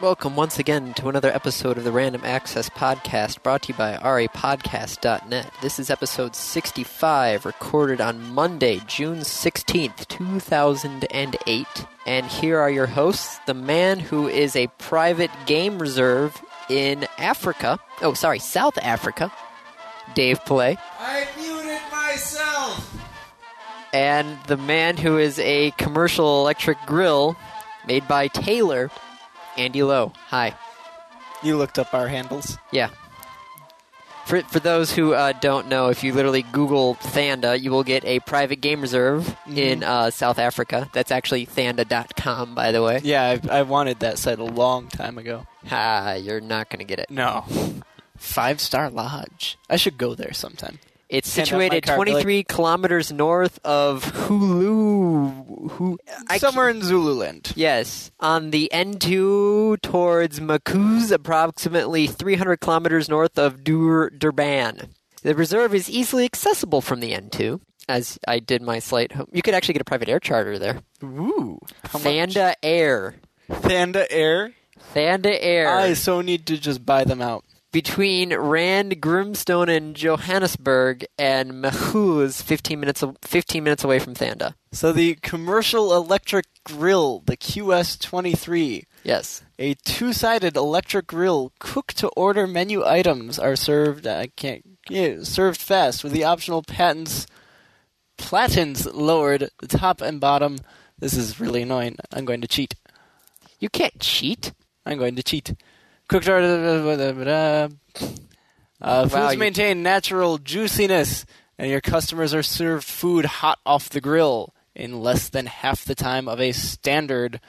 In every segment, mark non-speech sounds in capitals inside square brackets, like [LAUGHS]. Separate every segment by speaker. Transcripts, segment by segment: Speaker 1: Welcome once again to another episode of the Random Access Podcast brought to you by rapodcast.net. This is episode 65, recorded on Monday, June 16th, 2008. And here are your hosts the man who is a private game reserve in Africa. Oh, sorry, South Africa, Dave Play.
Speaker 2: I muted myself.
Speaker 1: and the man who is a commercial electric grill made by Taylor, Andy Lowe. Hi.
Speaker 3: You looked up our handles.
Speaker 1: Yeah. For, for those who uh, don't know, if you literally Google Thanda, you will get a private game reserve
Speaker 3: Mm-hmm.
Speaker 1: in uh, South Africa. That's actually thanda.com, by the way.
Speaker 3: Yeah, I, I wanted that site a long time ago.
Speaker 1: Ah, you're not going to get it.
Speaker 3: No. Five Star Lodge. I should go there sometime.
Speaker 1: It's
Speaker 3: Hand out my
Speaker 1: situated
Speaker 3: card, Billy.
Speaker 1: 23 kilometers north of Hulu. Who, I can't-
Speaker 3: Somewhere in Zululand.
Speaker 1: Yes, on the N2 towards Makuz, approximately 300 kilometers north of Dur- Durban. The reserve is easily accessible from the N2, as I did my slight. Home. You could actually get a private air charter there.
Speaker 3: Ooh. How much?
Speaker 1: Thanda Air.
Speaker 3: Thanda Air.
Speaker 1: Thanda Air.
Speaker 3: I so need to just buy them out.
Speaker 1: Between Rand, Grimstone, and Johannesburg, and Makuz, 15 minutes, a- 15 minutes away from Thanda.
Speaker 3: So the commercial electric grill, the QS23,
Speaker 1: Yes.
Speaker 3: a two-sided electric grill, cook-to-order menu items are served. I can't. Yeah, served fast with the optional patents, platens lowered, the top and bottom. This is really annoying. I'm going to cheat.
Speaker 1: You can't cheat.
Speaker 3: I'm going to cheat. Cooked order. Uh, foods
Speaker 1: Wow, you-
Speaker 3: maintain natural juiciness, and your customers are served food hot off the grill in less than half the time of a standard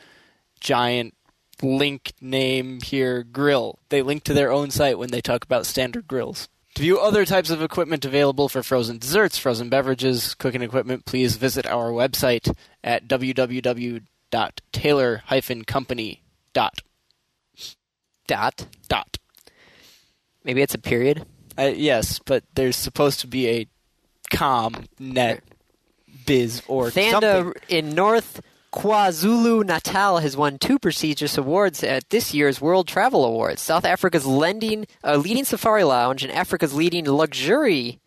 Speaker 3: giant link name here grill. They link to their own site when they talk about standard grills. To view other types of equipment available for frozen desserts, frozen beverages, cooking equipment, please visit our website at www.taylor-company.com
Speaker 1: Dot.
Speaker 3: dot.
Speaker 1: Maybe it's a period.
Speaker 3: Uh, yes, but there's supposed to be a com net biz or
Speaker 1: Thanda
Speaker 3: something.
Speaker 1: in North KwaZulu Natal has won two prestigious awards at this year's World Travel Awards. South Africa's lending, uh, leading safari lounge and Africa's leading luxury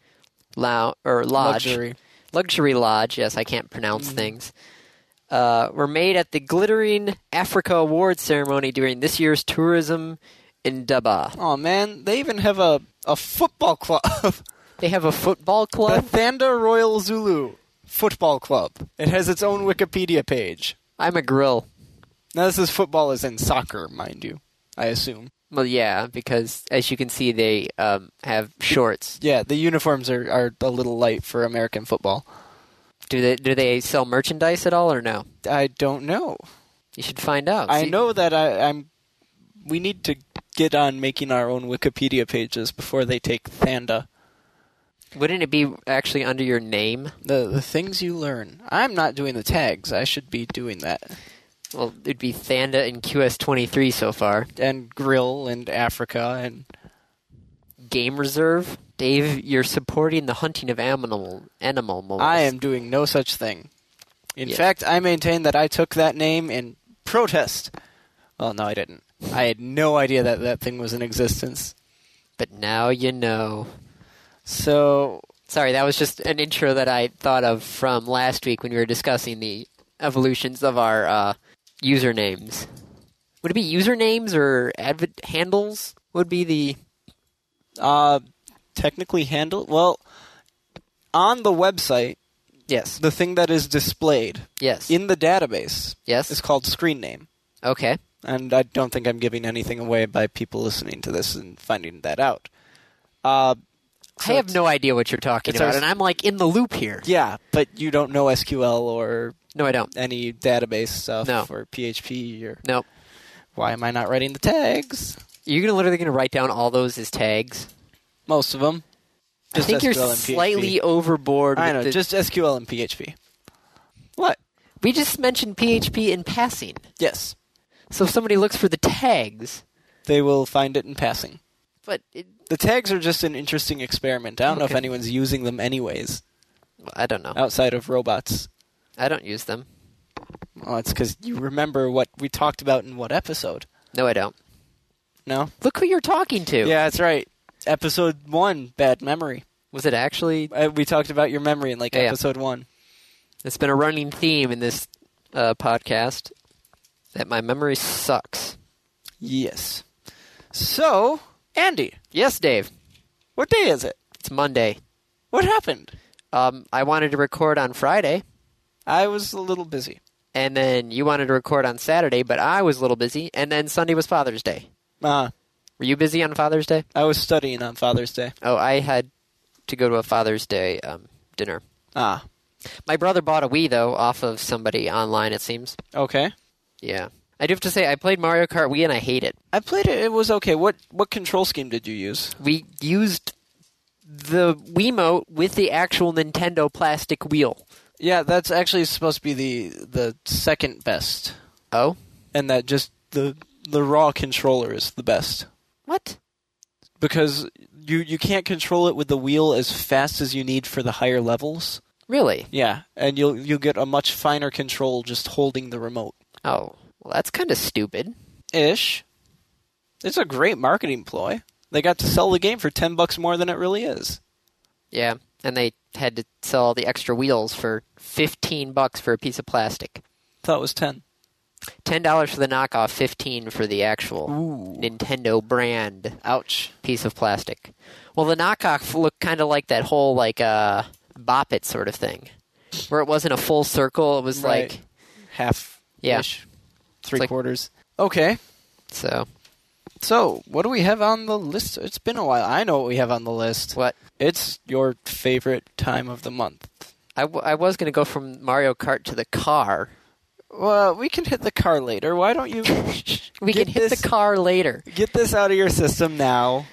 Speaker 1: lou- or lodge.
Speaker 3: Luxury.
Speaker 1: Luxury Mm-hmm. lodge. Yes, I can't pronounce things. Uh, were made at the Glittering Africa Awards ceremony during this year's tourism in Daba.
Speaker 3: Oh man, they even have a a football club, [LAUGHS]
Speaker 1: They have a football
Speaker 3: the
Speaker 1: club.
Speaker 3: Thanda Royal Zulu Football Club. It has its own Wikipedia page.
Speaker 1: I'm a grill.
Speaker 3: Now this is football as in soccer, mind you. I assume.
Speaker 1: Well, yeah, because as you can see, they um, have shorts.
Speaker 3: Yeah, the uniforms are, are a little light for American football.
Speaker 1: Do they do they sell merchandise at all or no?
Speaker 3: I don't know.
Speaker 1: You should find out.
Speaker 3: I
Speaker 1: See-
Speaker 3: know that I, I'm. We need to get on making our own Wikipedia pages before they take Thanda.
Speaker 1: Wouldn't it be actually under your name?
Speaker 3: The the things you learn. I'm not doing the tags. I should be doing that.
Speaker 1: Well, it'd be Thanda and QS23 so far.
Speaker 3: And grill and Africa and
Speaker 1: Game Reserve, Dave, you're supporting the hunting of animal animal moles.
Speaker 3: I am doing no such thing. In
Speaker 1: Yeah.
Speaker 3: fact, I maintain that I took that name in protest. Well, no, I didn't. I had no idea that that thing was in existence.
Speaker 1: but now you know.
Speaker 3: So
Speaker 1: Sorry, that was just an intro that I thought of from last week when we were discussing the evolutions of our uh, usernames. Would it be usernames or adv- handles? Would be the
Speaker 3: uh technically handle well on the website,
Speaker 1: yes,
Speaker 3: the thing that is displayed
Speaker 1: yes,
Speaker 3: in the database is
Speaker 1: yes.
Speaker 3: called screen name.
Speaker 1: Okay.
Speaker 3: and I don't think I'm giving anything away by people listening to this and finding that out. Uh, so
Speaker 1: I have
Speaker 3: it's-
Speaker 1: no idea what you're talking
Speaker 3: it's
Speaker 1: about,
Speaker 3: our-
Speaker 1: and I'm like in the loop here.
Speaker 3: Yeah, but you don't know SQL or
Speaker 1: No, I don't.
Speaker 3: any database stuff
Speaker 1: No.
Speaker 3: or PHP or
Speaker 1: No,
Speaker 3: why am I not writing the tags?
Speaker 1: you're gonna literally gonna write down all those as tags.
Speaker 3: Most of them.
Speaker 1: I
Speaker 3: Just
Speaker 1: think you're
Speaker 3: SQL and PHP.
Speaker 1: slightly overboard.
Speaker 3: I
Speaker 1: with
Speaker 3: know,
Speaker 1: the-
Speaker 3: just SQL and PHP. What?
Speaker 1: we just mentioned PHP in passing,
Speaker 3: Yes,
Speaker 1: so if somebody looks for the tags,
Speaker 3: they will find it in passing.
Speaker 1: but it,
Speaker 3: The tags are just an interesting experiment. I don't know if
Speaker 1: Okay.
Speaker 3: anyone's using them anyways
Speaker 1: I don't know.
Speaker 3: outside of robots.
Speaker 1: I don't use them.
Speaker 3: Well, it's because you remember what we talked about in what episode.
Speaker 1: No, I don't.
Speaker 3: No?
Speaker 1: Look who you're talking to.
Speaker 3: Yeah, that's right. Episode one, bad memory.
Speaker 1: Was it actually?
Speaker 3: Uh, We talked about your memory in like
Speaker 1: Yeah, yeah.
Speaker 3: episode one.
Speaker 1: It's been a running theme in this uh, podcast that my memory sucks.
Speaker 3: Yes. So, Andy,
Speaker 1: Yes, Dave.
Speaker 3: what day is it?
Speaker 1: It's Monday.
Speaker 3: What happened?
Speaker 1: Um, I wanted to record on Friday,
Speaker 3: I was a little busy.
Speaker 1: and then you wanted to record on Saturday, but I was a little busy, and then Sunday was Father's Day.
Speaker 3: Uh,
Speaker 1: Were you busy on Father's Day?
Speaker 3: I was studying on Father's Day.
Speaker 1: Oh, I had to go to a Father's Day um, dinner.
Speaker 3: Ah,
Speaker 1: My brother bought a Wii though off of somebody online. It seems.
Speaker 3: okay.
Speaker 1: Yeah, I do have to say I played Mario Kart Wii and I hate it.
Speaker 3: I played it. It was okay. What what control scheme did you use?
Speaker 1: We used the Wiimote with the actual Nintendo plastic wheel.
Speaker 3: Yeah, that's actually supposed to be the the second best,
Speaker 1: Oh,
Speaker 3: and that just the the raw controller is the best
Speaker 1: what?
Speaker 3: because you you can't control it with the wheel as fast as you need for the higher levels.
Speaker 1: Really?
Speaker 3: Yeah, and you'll you'll get a much finer control just holding the remote.
Speaker 1: Oh, well, that's kind of stupid.
Speaker 3: Ish. It's a great marketing ploy. They got to sell the game for ten bucks more than it really is.
Speaker 1: Yeah, and they had to sell all the extra wheels for fifteen bucks for a piece of plastic.
Speaker 3: Thought it was ten.
Speaker 1: Ten dollars for the knockoff, fifteen for the actual
Speaker 3: Ooh.
Speaker 1: Nintendo brand
Speaker 3: Ouch.
Speaker 1: piece of plastic. Well, the knockoff looked kind of like that whole like uh, bop it sort of thing, where it wasn't a full circle. It was
Speaker 3: Right.
Speaker 1: like
Speaker 3: Half.
Speaker 1: yeah.
Speaker 3: ish, Three
Speaker 1: like-
Speaker 3: quarters. Okay.
Speaker 1: So
Speaker 3: So, what do we have on the list? It's been a while. I know what we have on the list.
Speaker 1: what
Speaker 3: It's your favorite time of the month.
Speaker 1: I, w- I was gonna go from Mario Kart to the car.
Speaker 3: Well, we can hit the car later. Why [LAUGHS] don't you
Speaker 1: We
Speaker 3: Get
Speaker 1: can hit
Speaker 3: this-
Speaker 1: the car later.
Speaker 3: get this out of your system now?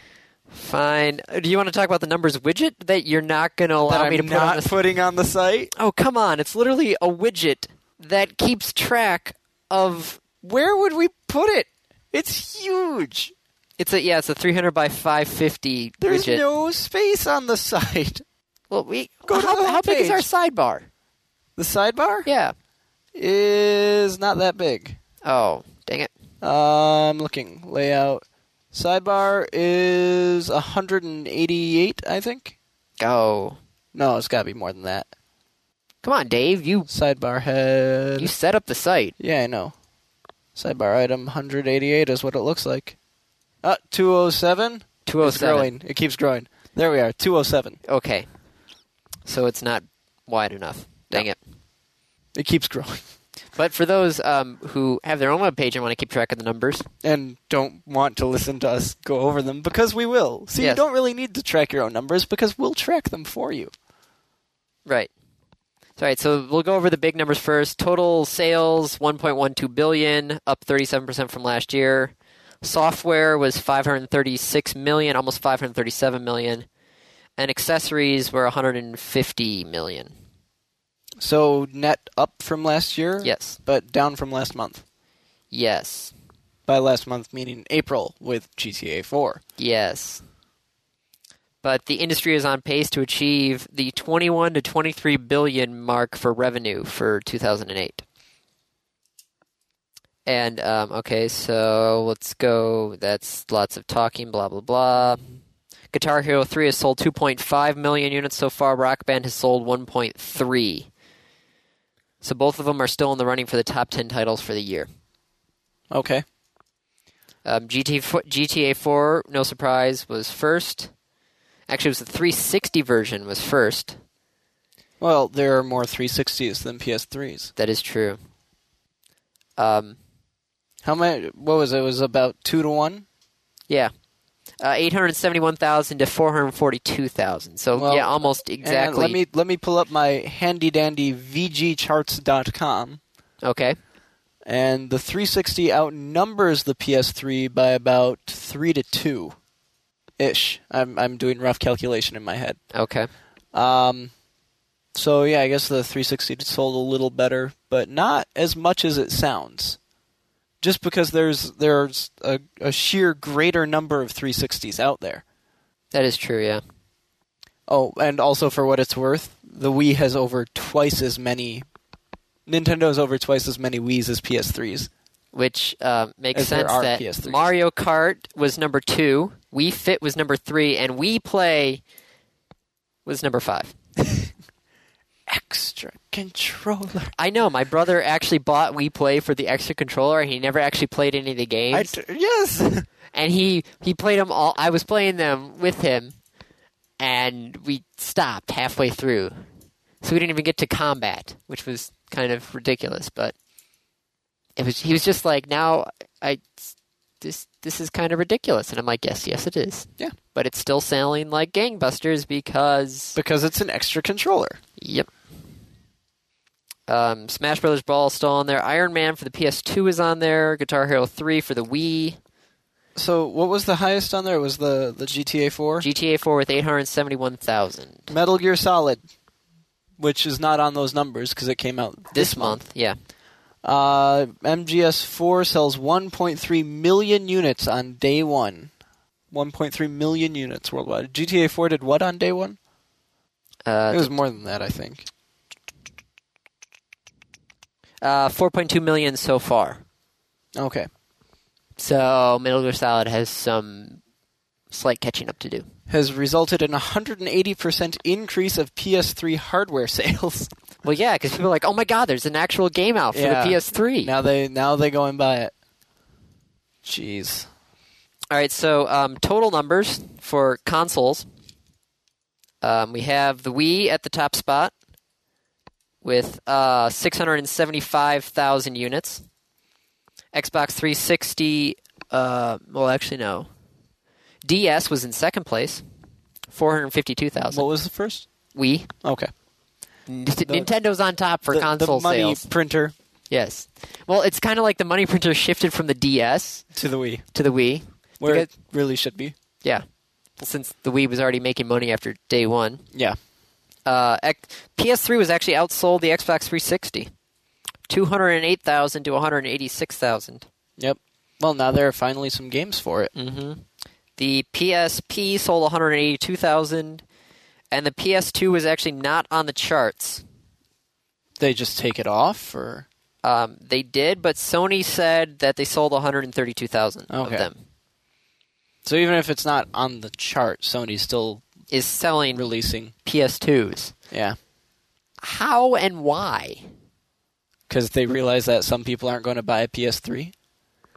Speaker 1: Fine. Uh, Do you want to talk about the numbers widget that you're not gonna allow
Speaker 3: that
Speaker 1: me to
Speaker 3: I'm
Speaker 1: put on
Speaker 3: not
Speaker 1: the
Speaker 3: putting on the site.
Speaker 1: Oh, come on. It's literally a widget that keeps track of
Speaker 3: Where would we put it? It's huge.
Speaker 1: it's a yeah, it's a 300 by 550
Speaker 3: There's
Speaker 1: widget.
Speaker 3: no space on the [LAUGHS] site.
Speaker 1: well, we
Speaker 3: Go to
Speaker 1: how,
Speaker 3: the
Speaker 1: how big is our
Speaker 3: homepage.
Speaker 1: sidebar?
Speaker 3: The sidebar
Speaker 1: Yeah.
Speaker 3: is not that big.
Speaker 1: Oh, dang it.
Speaker 3: I'm looking layout. Sidebar is 188, I think.
Speaker 1: Go.
Speaker 3: No, it's got to be more than that.
Speaker 1: Come on, Dave. You
Speaker 3: Sidebar head.
Speaker 1: you set up the site.
Speaker 3: Yeah, I know. Sidebar item 188 is what it looks like. Uh, 207. It's
Speaker 1: 207.
Speaker 3: growing. It keeps growing. oh There we are. 207.
Speaker 1: Okay. So it's not wide enough. Dang it.
Speaker 3: It keeps growing.
Speaker 1: But for those um, who have their own webpage and want to keep track of the numbers,
Speaker 3: And don't want to listen to us go over them because we will. So you
Speaker 1: Yes.
Speaker 3: don't really need to track your own numbers because we'll track them for you.
Speaker 1: Right. So, all right, so we'll go over the big numbers first. Total sales 1.12 billion, up 37% from last year. Software was 536 million, almost 537 million, and accessories were 150 million.
Speaker 3: So net up from last year?
Speaker 1: Yes.
Speaker 3: But down from last month.
Speaker 1: Yes.
Speaker 3: By last month, meaning April with GTA 4.
Speaker 1: Yes. But the industry is on pace to achieve the 21 to 23 billion mark for revenue for 2008. And um, okay, so let's go. That's lots of talking. Blah blah blah. Guitar Hero 3 has sold 2.5 million units so far. Rock Band has sold 1.3. So both of them are still in the running for the top 10 titles for the year.
Speaker 3: Okay.
Speaker 1: Um, GT, fo- GTA 4, no surprise, was first. Actually, it was the 360 version was first.
Speaker 3: Well, there are more 360s than PS3s.
Speaker 1: That is true. Um,
Speaker 3: How many? What was it? It was about 2 to 1?
Speaker 1: yeah. Uh, 871,000 to 442,000. So,
Speaker 3: Well,
Speaker 1: yeah, almost
Speaker 3: And
Speaker 1: exactly.
Speaker 3: let me let me pull up my handy dandy VGCharts.com,
Speaker 1: okay.
Speaker 3: and the 360 outnumbers the PS3 by about three to two, ish. I'm I'm doing rough calculation in my head.
Speaker 1: Okay.
Speaker 3: Um, so yeah, I guess the 360 sold a little better, but not as much as it sounds. Just because there's there's a, a sheer greater number of 360s out there.
Speaker 1: That is true, yeah.
Speaker 3: Oh, and also for what it's worth, the Wii has over twice as many. Nintendo has over twice as many Wii's as PS3s.
Speaker 1: which uh, makes
Speaker 3: As there
Speaker 1: sense
Speaker 3: are
Speaker 1: that
Speaker 3: PS3s.
Speaker 1: Mario Kart was number two, Wii Fit was number three, and Wii Play was number five.
Speaker 3: Extra controller.
Speaker 1: I know my brother actually bought Wii Play for the extra controller, and he never actually played any of the games.
Speaker 3: I d- yes. [LAUGHS]
Speaker 1: and he he played them all. I was playing them with him, and we stopped halfway through, so we didn't even get to combat, which was kind of ridiculous. But it was he was just like, now I this this is kind of ridiculous, and I'm like, yes, yes, it is.
Speaker 3: Yeah.
Speaker 1: but it's still selling like gangbusters because
Speaker 3: Because it's an extra controller.
Speaker 1: Yep. Um, Smash Brothers Brawl is still on there. Iron Man for the PS2 is on there. Guitar Hero 3 for the Wii.
Speaker 3: So what was the highest on there? Was the the GTA 4?
Speaker 1: GTA 4 with 871,000.
Speaker 3: Metal Gear Solid, which is not on those numbers because it came out this,
Speaker 1: This month, yeah.
Speaker 3: Uh, MGS4 sells 1.3 million units on day one. 1.3 million units worldwide. GTA 4 did what on day one? It
Speaker 1: Uh,
Speaker 3: was more than that, I think.
Speaker 1: uh, 4.2 million so far.
Speaker 3: Okay.
Speaker 1: So Metal Gear Solid has some slight catching up to do.
Speaker 3: Has resulted in a 180% increase of PS3 hardware [LAUGHS] sales.
Speaker 1: Well, yeah, because people are like, oh my god, there's an actual game out for
Speaker 3: Yeah.
Speaker 1: the PS3.
Speaker 3: now they now they go and buy it. Jeez.
Speaker 1: All right, so um, total numbers for consoles. Um, we have the Wii at the top spot with uh, 675,000 units. Xbox 360, uh, well, actually, no. DS was in second place, 452,000.
Speaker 3: What was the first?
Speaker 1: Wii.
Speaker 3: Okay.
Speaker 1: N- Nintendo's on top for
Speaker 3: Mm, the,
Speaker 1: console
Speaker 3: the money
Speaker 1: sales.
Speaker 3: printer
Speaker 1: Yes. Well, it's kind of like the money printer [LAUGHS] shifted from the DS
Speaker 3: to the Wii,
Speaker 1: to the Wii.
Speaker 3: where
Speaker 1: Because-
Speaker 3: it really should be.
Speaker 1: Yeah. Since the Wii was already making money after day one,
Speaker 3: Yeah.
Speaker 1: uh, X- PS3 was actually outsold the Xbox 360, 208,000 to 186,000.
Speaker 3: Yep. Well, now there are finally some games for it.
Speaker 1: Mm-hmm. The PSP sold 182,000, and the PS2 was actually not on the charts.
Speaker 3: They just take it off, or
Speaker 1: Um, they did, but Sony said that they sold 132,000 of
Speaker 3: Okay.
Speaker 1: them.
Speaker 3: so even if it's not on the chart, Sony's still
Speaker 1: Is selling
Speaker 3: releasing.
Speaker 1: PS2s.
Speaker 3: Yeah,
Speaker 1: How and why?
Speaker 3: because they realize that some people aren't going to buy a PS3.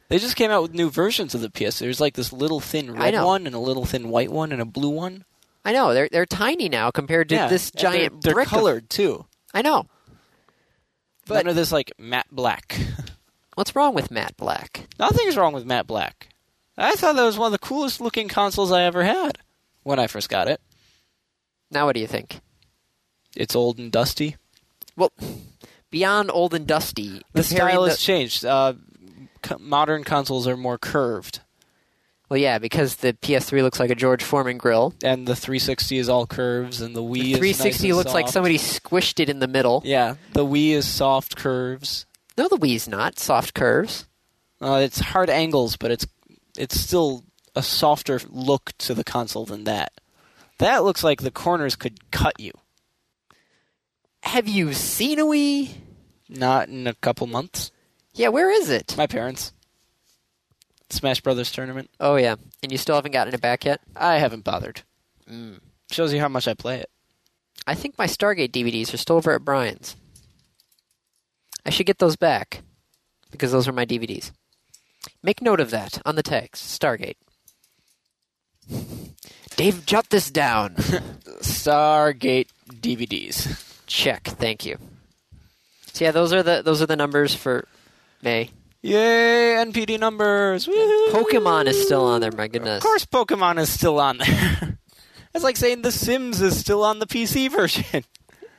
Speaker 3: They just came out with new versions of the PS. There's like this little thin
Speaker 1: I
Speaker 3: red
Speaker 1: know.
Speaker 3: one, and a little thin white one, and a blue one.
Speaker 1: I know they're they're tiny now compared to
Speaker 3: yeah,
Speaker 1: this
Speaker 3: and they're-
Speaker 1: giant
Speaker 3: They're,
Speaker 1: brick of-
Speaker 3: colored too.
Speaker 1: I know. But-
Speaker 3: None of this like matte black. [LAUGHS]
Speaker 1: What's wrong with matte black?
Speaker 3: Nothing's wrong with matte black. I thought that was one of the coolest looking consoles I ever had when I first got it.
Speaker 1: Now, what do you think?
Speaker 3: It's old and dusty.
Speaker 1: Well, beyond old and dusty,
Speaker 3: The
Speaker 1: comparing
Speaker 3: style
Speaker 1: the-
Speaker 3: has changed. Uh, co- modern consoles are more curved,
Speaker 1: well, yeah, because the PS3 looks like a George Foreman grill.
Speaker 3: and the 360 is all curves, and the
Speaker 1: The
Speaker 3: Wii is nice
Speaker 1: 360
Speaker 3: and
Speaker 1: looks like
Speaker 3: soft.
Speaker 1: somebody squished it in the middle.
Speaker 3: Yeah, the Wii is soft curves.
Speaker 1: No, the Wii's not soft curves.
Speaker 3: Uh, it's hard angles, but it's it's still a softer look to the console than that. That looks like the corners could cut you.
Speaker 1: Have you seen a Wii?
Speaker 3: Not in a couple months.
Speaker 1: Yeah, where is it?
Speaker 3: My parents. Smash Brothers tournament.
Speaker 1: Oh yeah, and you still haven't gotten it back yet.
Speaker 3: I haven't bothered.
Speaker 1: Mm.
Speaker 3: Shows you how much I play it.
Speaker 1: I think my Stargate DVDs are still over at Brian's. I should get those back because those are my DVDs. Make note of that on the text. Stargate. Dave, jot this
Speaker 3: [LAUGHS]
Speaker 1: down.
Speaker 3: Stargate DVDs.
Speaker 1: Check. Thank you. So yeah, those are the those are the numbers for May.
Speaker 3: Yay, NPD numbers! Woohoo!
Speaker 1: Pokemon is still on there. My goodness.
Speaker 3: Of course, Pokemon is still on there. [LAUGHS] That's like saying The Sims is still on the PC [LAUGHS] version.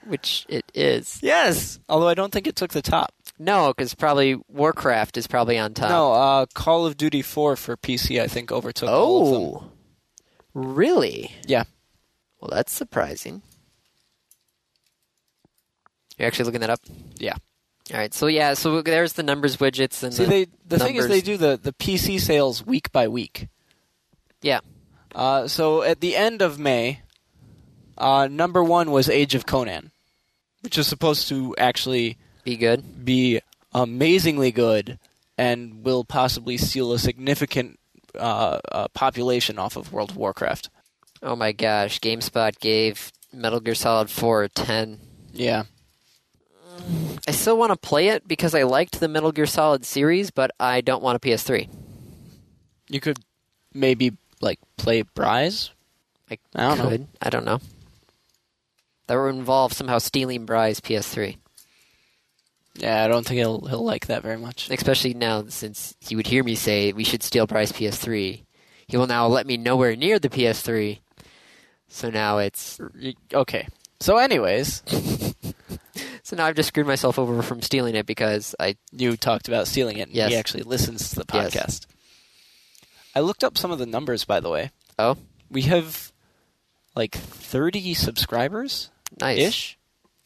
Speaker 1: Which it is.
Speaker 3: yes, although I don't think it took the top.
Speaker 1: No, because probably Warcraft is probably on top.
Speaker 3: No, uh, Call of Duty 4 for PC, I think, overtook all of them.
Speaker 1: Oh. Really?
Speaker 3: Yeah,
Speaker 1: Well, that's surprising. You're actually looking that up.
Speaker 3: yeah.
Speaker 1: All right. So yeah. So there's the numbers widgets and
Speaker 3: See,
Speaker 1: the,
Speaker 3: they the thing is
Speaker 1: numbers.
Speaker 3: they do the, the PC sales week by week.
Speaker 1: yeah.
Speaker 3: Uh, so at the end of May, uh, number one was Age of Conan, which is supposed to actually
Speaker 1: Be good.
Speaker 3: be amazingly good and will possibly seal a significant uh, uh, population off of World of Warcraft.
Speaker 1: Oh my gosh, GameSpot gave Metal Gear Solid 4 a 10.
Speaker 3: Yeah.
Speaker 1: I still want to play it because I liked the Metal Gear Solid series, but I don't want a PS3.
Speaker 3: You could maybe like play Bryze.
Speaker 1: I,
Speaker 3: I don't know.
Speaker 1: could. I don't know. That would involve somehow stealing Bry's PS3,
Speaker 3: Yeah, I don't think he'll he'll like that very much.
Speaker 1: especially now since he would hear me say we should steal Bry's PS3. He will now let me nowhere near the PS3. So now it's
Speaker 3: Okay. So, anyways,
Speaker 1: so now I've just screwed myself over from stealing it because I
Speaker 3: you talked about stealing it. and
Speaker 1: Yes.
Speaker 3: He actually listens to the
Speaker 1: Yes.
Speaker 3: podcast. I looked up some of the numbers, by the way.
Speaker 1: oh
Speaker 3: We have like 30 subscribers
Speaker 1: nice
Speaker 3: ish.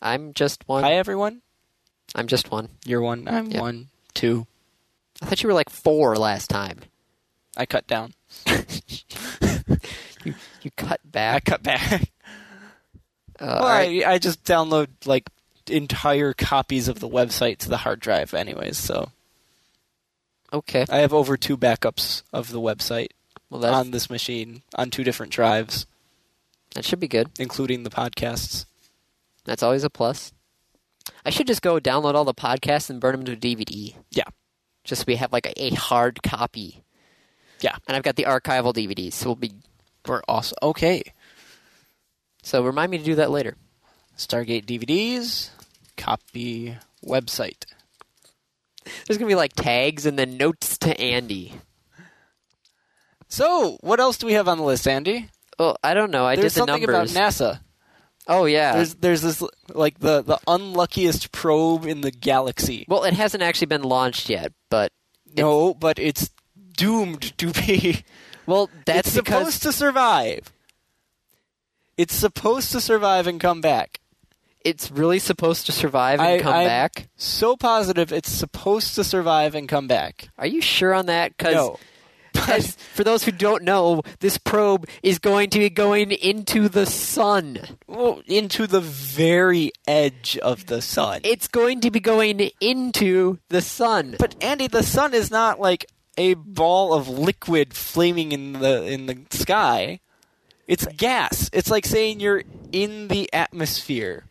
Speaker 1: I'm just one.
Speaker 3: Hi, everyone.
Speaker 1: I'm just one.
Speaker 3: You're one. I'm
Speaker 1: Yeah.
Speaker 3: one. Two.
Speaker 1: I thought you were like four last time.
Speaker 3: I cut down.
Speaker 1: You cut
Speaker 3: I
Speaker 1: back.
Speaker 3: cut back.
Speaker 1: Uh,
Speaker 3: [LAUGHS] Well,
Speaker 1: all right.
Speaker 3: I, I just download like entire copies of the website to the hard drive, anyways. So
Speaker 1: Okay.
Speaker 3: I have over two backups of the website
Speaker 1: Well, that's,
Speaker 3: on this machine on two different drives,
Speaker 1: that should be good.
Speaker 3: including the podcasts.
Speaker 1: That's always a plus. I should just go download all the podcasts and burn them to a DVD.
Speaker 3: Yeah.
Speaker 1: Just so we have like a, a hard copy.
Speaker 3: Yeah.
Speaker 1: And I've got the archival DVDs, so we'll be.
Speaker 3: We're awesome. Okay.
Speaker 1: So remind me to do that later.
Speaker 3: Stargate DVDs, copy website.
Speaker 1: There's gonna be like tags and then notes to Andy.
Speaker 3: So, what else do we have on the list, Andy?
Speaker 1: Well, I don't know. I
Speaker 3: there's
Speaker 1: did the
Speaker 3: something
Speaker 1: numbers.
Speaker 3: about NASA.
Speaker 1: oh yeah.
Speaker 3: There's there's this like the the unluckiest probe in the galaxy.
Speaker 1: Well, it hasn't actually been launched yet, but
Speaker 3: No, but it's doomed to be.
Speaker 1: well, [LAUGHS] that's
Speaker 3: it's
Speaker 1: because
Speaker 3: supposed to survive. It's supposed to survive and come back.
Speaker 1: it's really supposed to survive and
Speaker 3: I-
Speaker 1: come
Speaker 3: I'm-
Speaker 1: back.
Speaker 3: So positive it's supposed to survive and come back.
Speaker 1: Are you sure on that? Because
Speaker 3: No.
Speaker 1: As- for those who don't know, this probe is going to be going into the sun.
Speaker 3: [LAUGHS] Well, into the very edge of the sun.
Speaker 1: It's going to be going into the sun.
Speaker 3: But Andy, the sun is not like a ball of liquid flaming in the in the sky. It's gas. It's like saying you're in the atmosphere.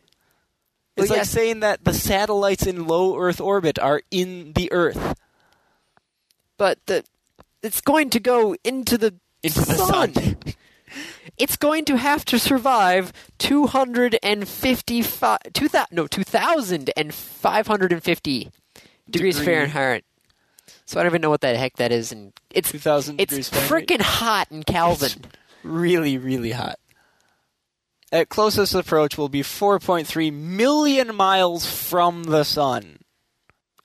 Speaker 3: It's
Speaker 1: Well,
Speaker 3: like
Speaker 1: yes.
Speaker 3: saying that the satellites in low Earth orbit are in the Earth.
Speaker 1: but the it's going to go into the
Speaker 3: Into the [LAUGHS] sun.
Speaker 1: it's going to have to survive 255 2000 no 2550 degrees
Speaker 3: Degree.
Speaker 1: Fahrenheit. So I don't even know what the heck that is and it's
Speaker 3: 2000
Speaker 1: it's
Speaker 3: degrees Fahrenheit.
Speaker 1: freaking hot in Kelvin.
Speaker 3: Really, really hot. At closest approach will be 4.3 million miles from the sun,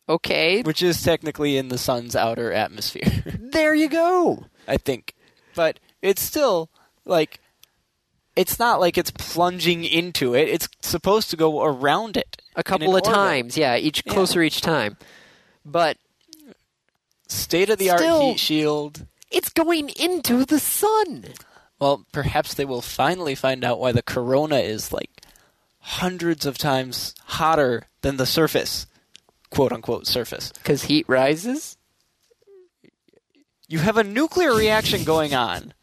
Speaker 1: Okay.
Speaker 3: which is technically in the sun's outer atmosphere. [LAUGHS]
Speaker 1: There you go.
Speaker 3: I think. But it's still like it's not like it's plunging into it. It's supposed to go around it
Speaker 1: a
Speaker 3: in
Speaker 1: couple
Speaker 3: an
Speaker 1: of
Speaker 3: orbit.
Speaker 1: times yeah each
Speaker 3: Yeah.
Speaker 1: closer each time but
Speaker 3: State of the art
Speaker 1: Still-
Speaker 3: heat shield.
Speaker 1: it's going into the sun
Speaker 3: Well, perhaps they will finally find out why the corona is like hundreds of times hotter than the surface, quote unquote surface.
Speaker 1: because heat rises
Speaker 3: You have a nuclear reaction going on.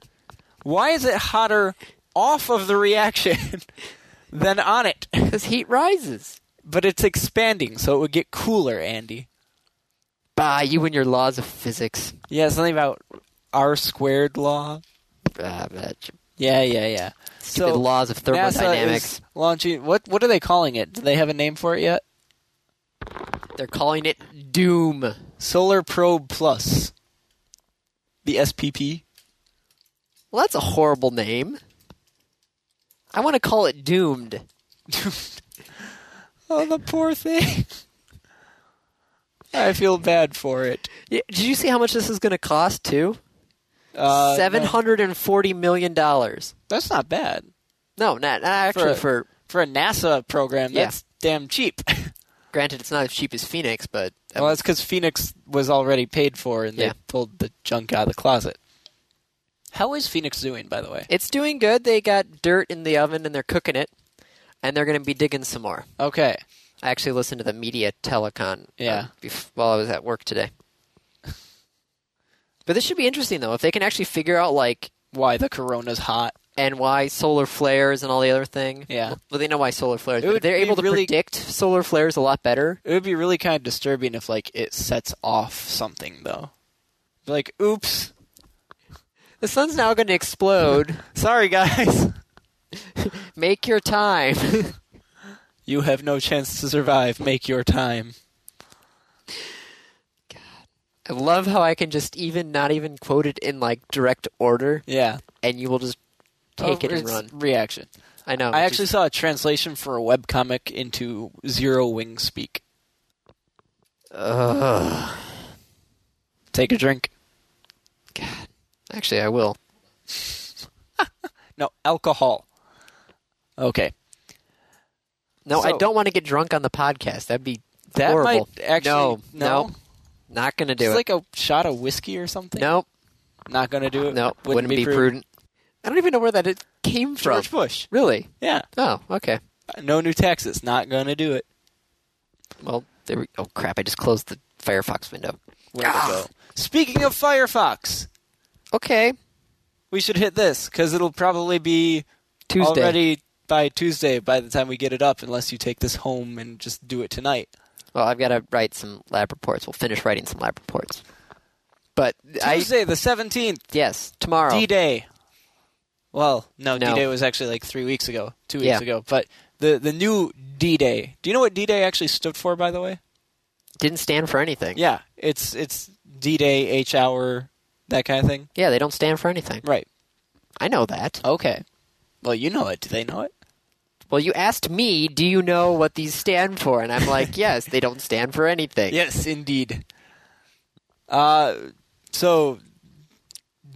Speaker 3: Why is it hotter off of the reaction [LAUGHS] than on it?
Speaker 1: because heat rises
Speaker 3: But it's expanding, so it would get cooler, Andy.
Speaker 1: bah you and your laws of physics
Speaker 3: Yeah, something about R squared law.
Speaker 1: bah, that
Speaker 3: Yeah, yeah, yeah.
Speaker 1: stupid laws of thermodynamics
Speaker 3: NASA is launching. What what are they calling it? Do they have a name for it yet?
Speaker 1: they're calling it doom
Speaker 3: Solar Probe Plus. The SPP.
Speaker 1: well that's a horrible name i want to call it doomed
Speaker 3: oh, the poor thing. [LAUGHS] I feel bad for it.
Speaker 1: Y- did you see how much this is going to cost too
Speaker 3: Uh,
Speaker 1: Seven
Speaker 3: no,
Speaker 1: hundred and forty million dollars
Speaker 3: that's not bad
Speaker 1: no not, not actually
Speaker 3: a-
Speaker 1: for
Speaker 3: for a NASA program.
Speaker 1: Yeah.
Speaker 3: That's damn cheap. [LAUGHS]
Speaker 1: granted it's not as cheap as phoenix but
Speaker 3: well, that's because Phoenix was already paid for, and
Speaker 1: Yeah.
Speaker 3: they pulled the junk out of the closet. How is Phoenix doing, by the way?
Speaker 1: It's doing good. They got dirt in the oven and they're cooking it, and they're going to be digging some more.
Speaker 3: Okay.
Speaker 1: I actually listened to the media telecon uh,
Speaker 3: Yeah.
Speaker 1: bef- while I was at work today. But this should be interesting though. If they can actually figure out like
Speaker 3: Why the Corona's hot?
Speaker 1: and why solar flares and all the other thing.
Speaker 3: Yeah.
Speaker 1: Well, they know why solar flares.
Speaker 3: It
Speaker 1: but
Speaker 3: would
Speaker 1: they're
Speaker 3: be
Speaker 1: able to
Speaker 3: really-
Speaker 1: predict solar flares a lot better.
Speaker 3: It would be really kind of disturbing if like it sets off something though. Like, oops,
Speaker 1: The sun's now going to explode.
Speaker 3: [LAUGHS] sorry guys, [LAUGHS]
Speaker 1: Make your time.
Speaker 3: you have no chance to survive. Make your time.
Speaker 1: I love how I can just even not even quote it in like direct order,
Speaker 3: Yeah,
Speaker 1: and you will just take
Speaker 3: Oh,
Speaker 1: it and
Speaker 3: it's
Speaker 1: run.
Speaker 3: Reaction.
Speaker 1: I know.
Speaker 3: I
Speaker 1: which
Speaker 3: actually
Speaker 1: is-
Speaker 3: saw a translation for a webcomic into zero wing speak.
Speaker 1: Ugh.
Speaker 3: Take a drink.
Speaker 1: actually I will.
Speaker 3: No, alcohol. Okay.
Speaker 1: No, I
Speaker 3: So-
Speaker 1: don't want to get drunk on the podcast. That'd be
Speaker 3: That
Speaker 1: horrible.
Speaker 3: might actually
Speaker 1: no,
Speaker 3: no.
Speaker 1: no, not going to do
Speaker 3: Just
Speaker 1: it.
Speaker 3: like a shot of whiskey or something.
Speaker 1: nope,
Speaker 3: Not gonna do it.
Speaker 1: nope. Wouldn't, be, prudent. I don't even know where that it came from.
Speaker 3: George Bush.
Speaker 1: Really?
Speaker 3: Yeah.
Speaker 1: Oh, okay.
Speaker 3: No new taxes. Not gonna do it.
Speaker 1: Well, there we Oh crap, I just closed the Firefox window.
Speaker 3: Way to
Speaker 1: Ah.
Speaker 3: go. Speaking of Firefox,
Speaker 1: Okay.
Speaker 3: we should hit this because it'll probably be
Speaker 1: Tuesday.
Speaker 3: already by Tuesday by the time we get it up, unless you take this home and just do it tonight.
Speaker 1: Well, I've got to write some lab reports. We'll finish writing some lab reports. But I
Speaker 3: Tuesday the seventeenth,
Speaker 1: yes, tomorrow.
Speaker 3: D Day. Well, no,
Speaker 1: No.
Speaker 3: D Day was actually like three weeks ago, two weeks
Speaker 1: Yeah.
Speaker 3: ago. But the the new D Day. Do you know what D Day actually stood for, by the way?
Speaker 1: Didn't stand for anything.
Speaker 3: Yeah, it's it's D Day, H hour, that kind of thing.
Speaker 1: Yeah, they don't stand for anything.
Speaker 3: Right.
Speaker 1: I know that.
Speaker 3: Okay. Well, you know it. Do they know it?
Speaker 1: Well, you asked me, do you know what these stand for? [LAUGHS] And I'm like, yes, they don't stand for anything.
Speaker 3: Yes, indeed. Uh, so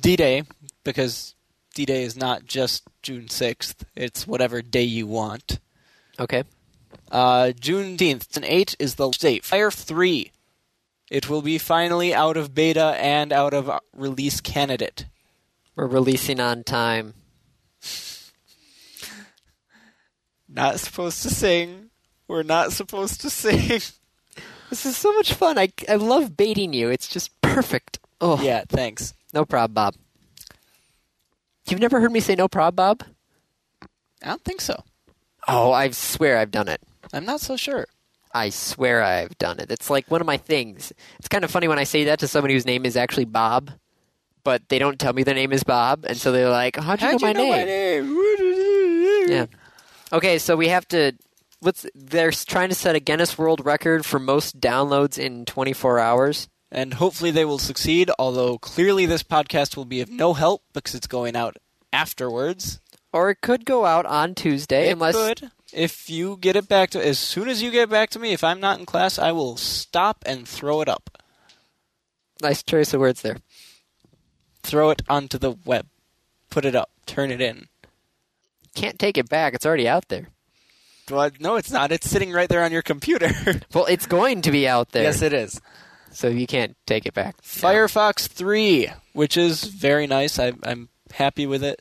Speaker 3: D Day, because D Day is not just June sixth; it's whatever day you want.
Speaker 1: Okay.
Speaker 3: Uh, Juneteenth and eight is the date. Fire three. It will be finally out of beta and out of uh, release candidate.
Speaker 1: We're releasing on time.
Speaker 3: Not supposed to sing. We're not supposed to [LAUGHS] sing.
Speaker 1: This is so much fun. I, I love baiting you. It's just perfect. Oh,
Speaker 3: yeah, thanks.
Speaker 1: no prob, Bob. You've never heard me say no prob, Bob?
Speaker 3: I don't think so.
Speaker 1: Oh, I swear I've done it.
Speaker 3: I'm not so sure.
Speaker 1: I swear I've done it. It's like one of my things. It's kind of funny when I say that to somebody whose name is actually Bob, but they don't tell me their name is Bob, and so they're like, "How'd you
Speaker 3: How'd
Speaker 1: know,
Speaker 3: you
Speaker 1: my,
Speaker 3: know
Speaker 1: name?
Speaker 3: my name?
Speaker 1: Yeah. Okay, so we have to. What's they're trying to set a Guinness World Record for most downloads in 24 hours.
Speaker 3: and hopefully they will succeed. Although clearly this podcast will be of no help because it's going out afterwards.
Speaker 1: Or it could go out on Tuesday,
Speaker 3: It
Speaker 1: unless
Speaker 3: could. if you get it back to as soon as you get it back to me, if I'm not in class, I will stop and throw it up,
Speaker 1: nice choice of words there.
Speaker 3: throw it onto the web, put it up, turn it in.
Speaker 1: Can't take it back; it's already out there.
Speaker 3: Well, no, it's not. It's sitting right there on your computer. [LAUGHS]
Speaker 1: Well, it's going to be out there,
Speaker 3: yes, it is.
Speaker 1: so you can't take it back.
Speaker 3: Firefox 3, which is very nice. I, I'm happy with it.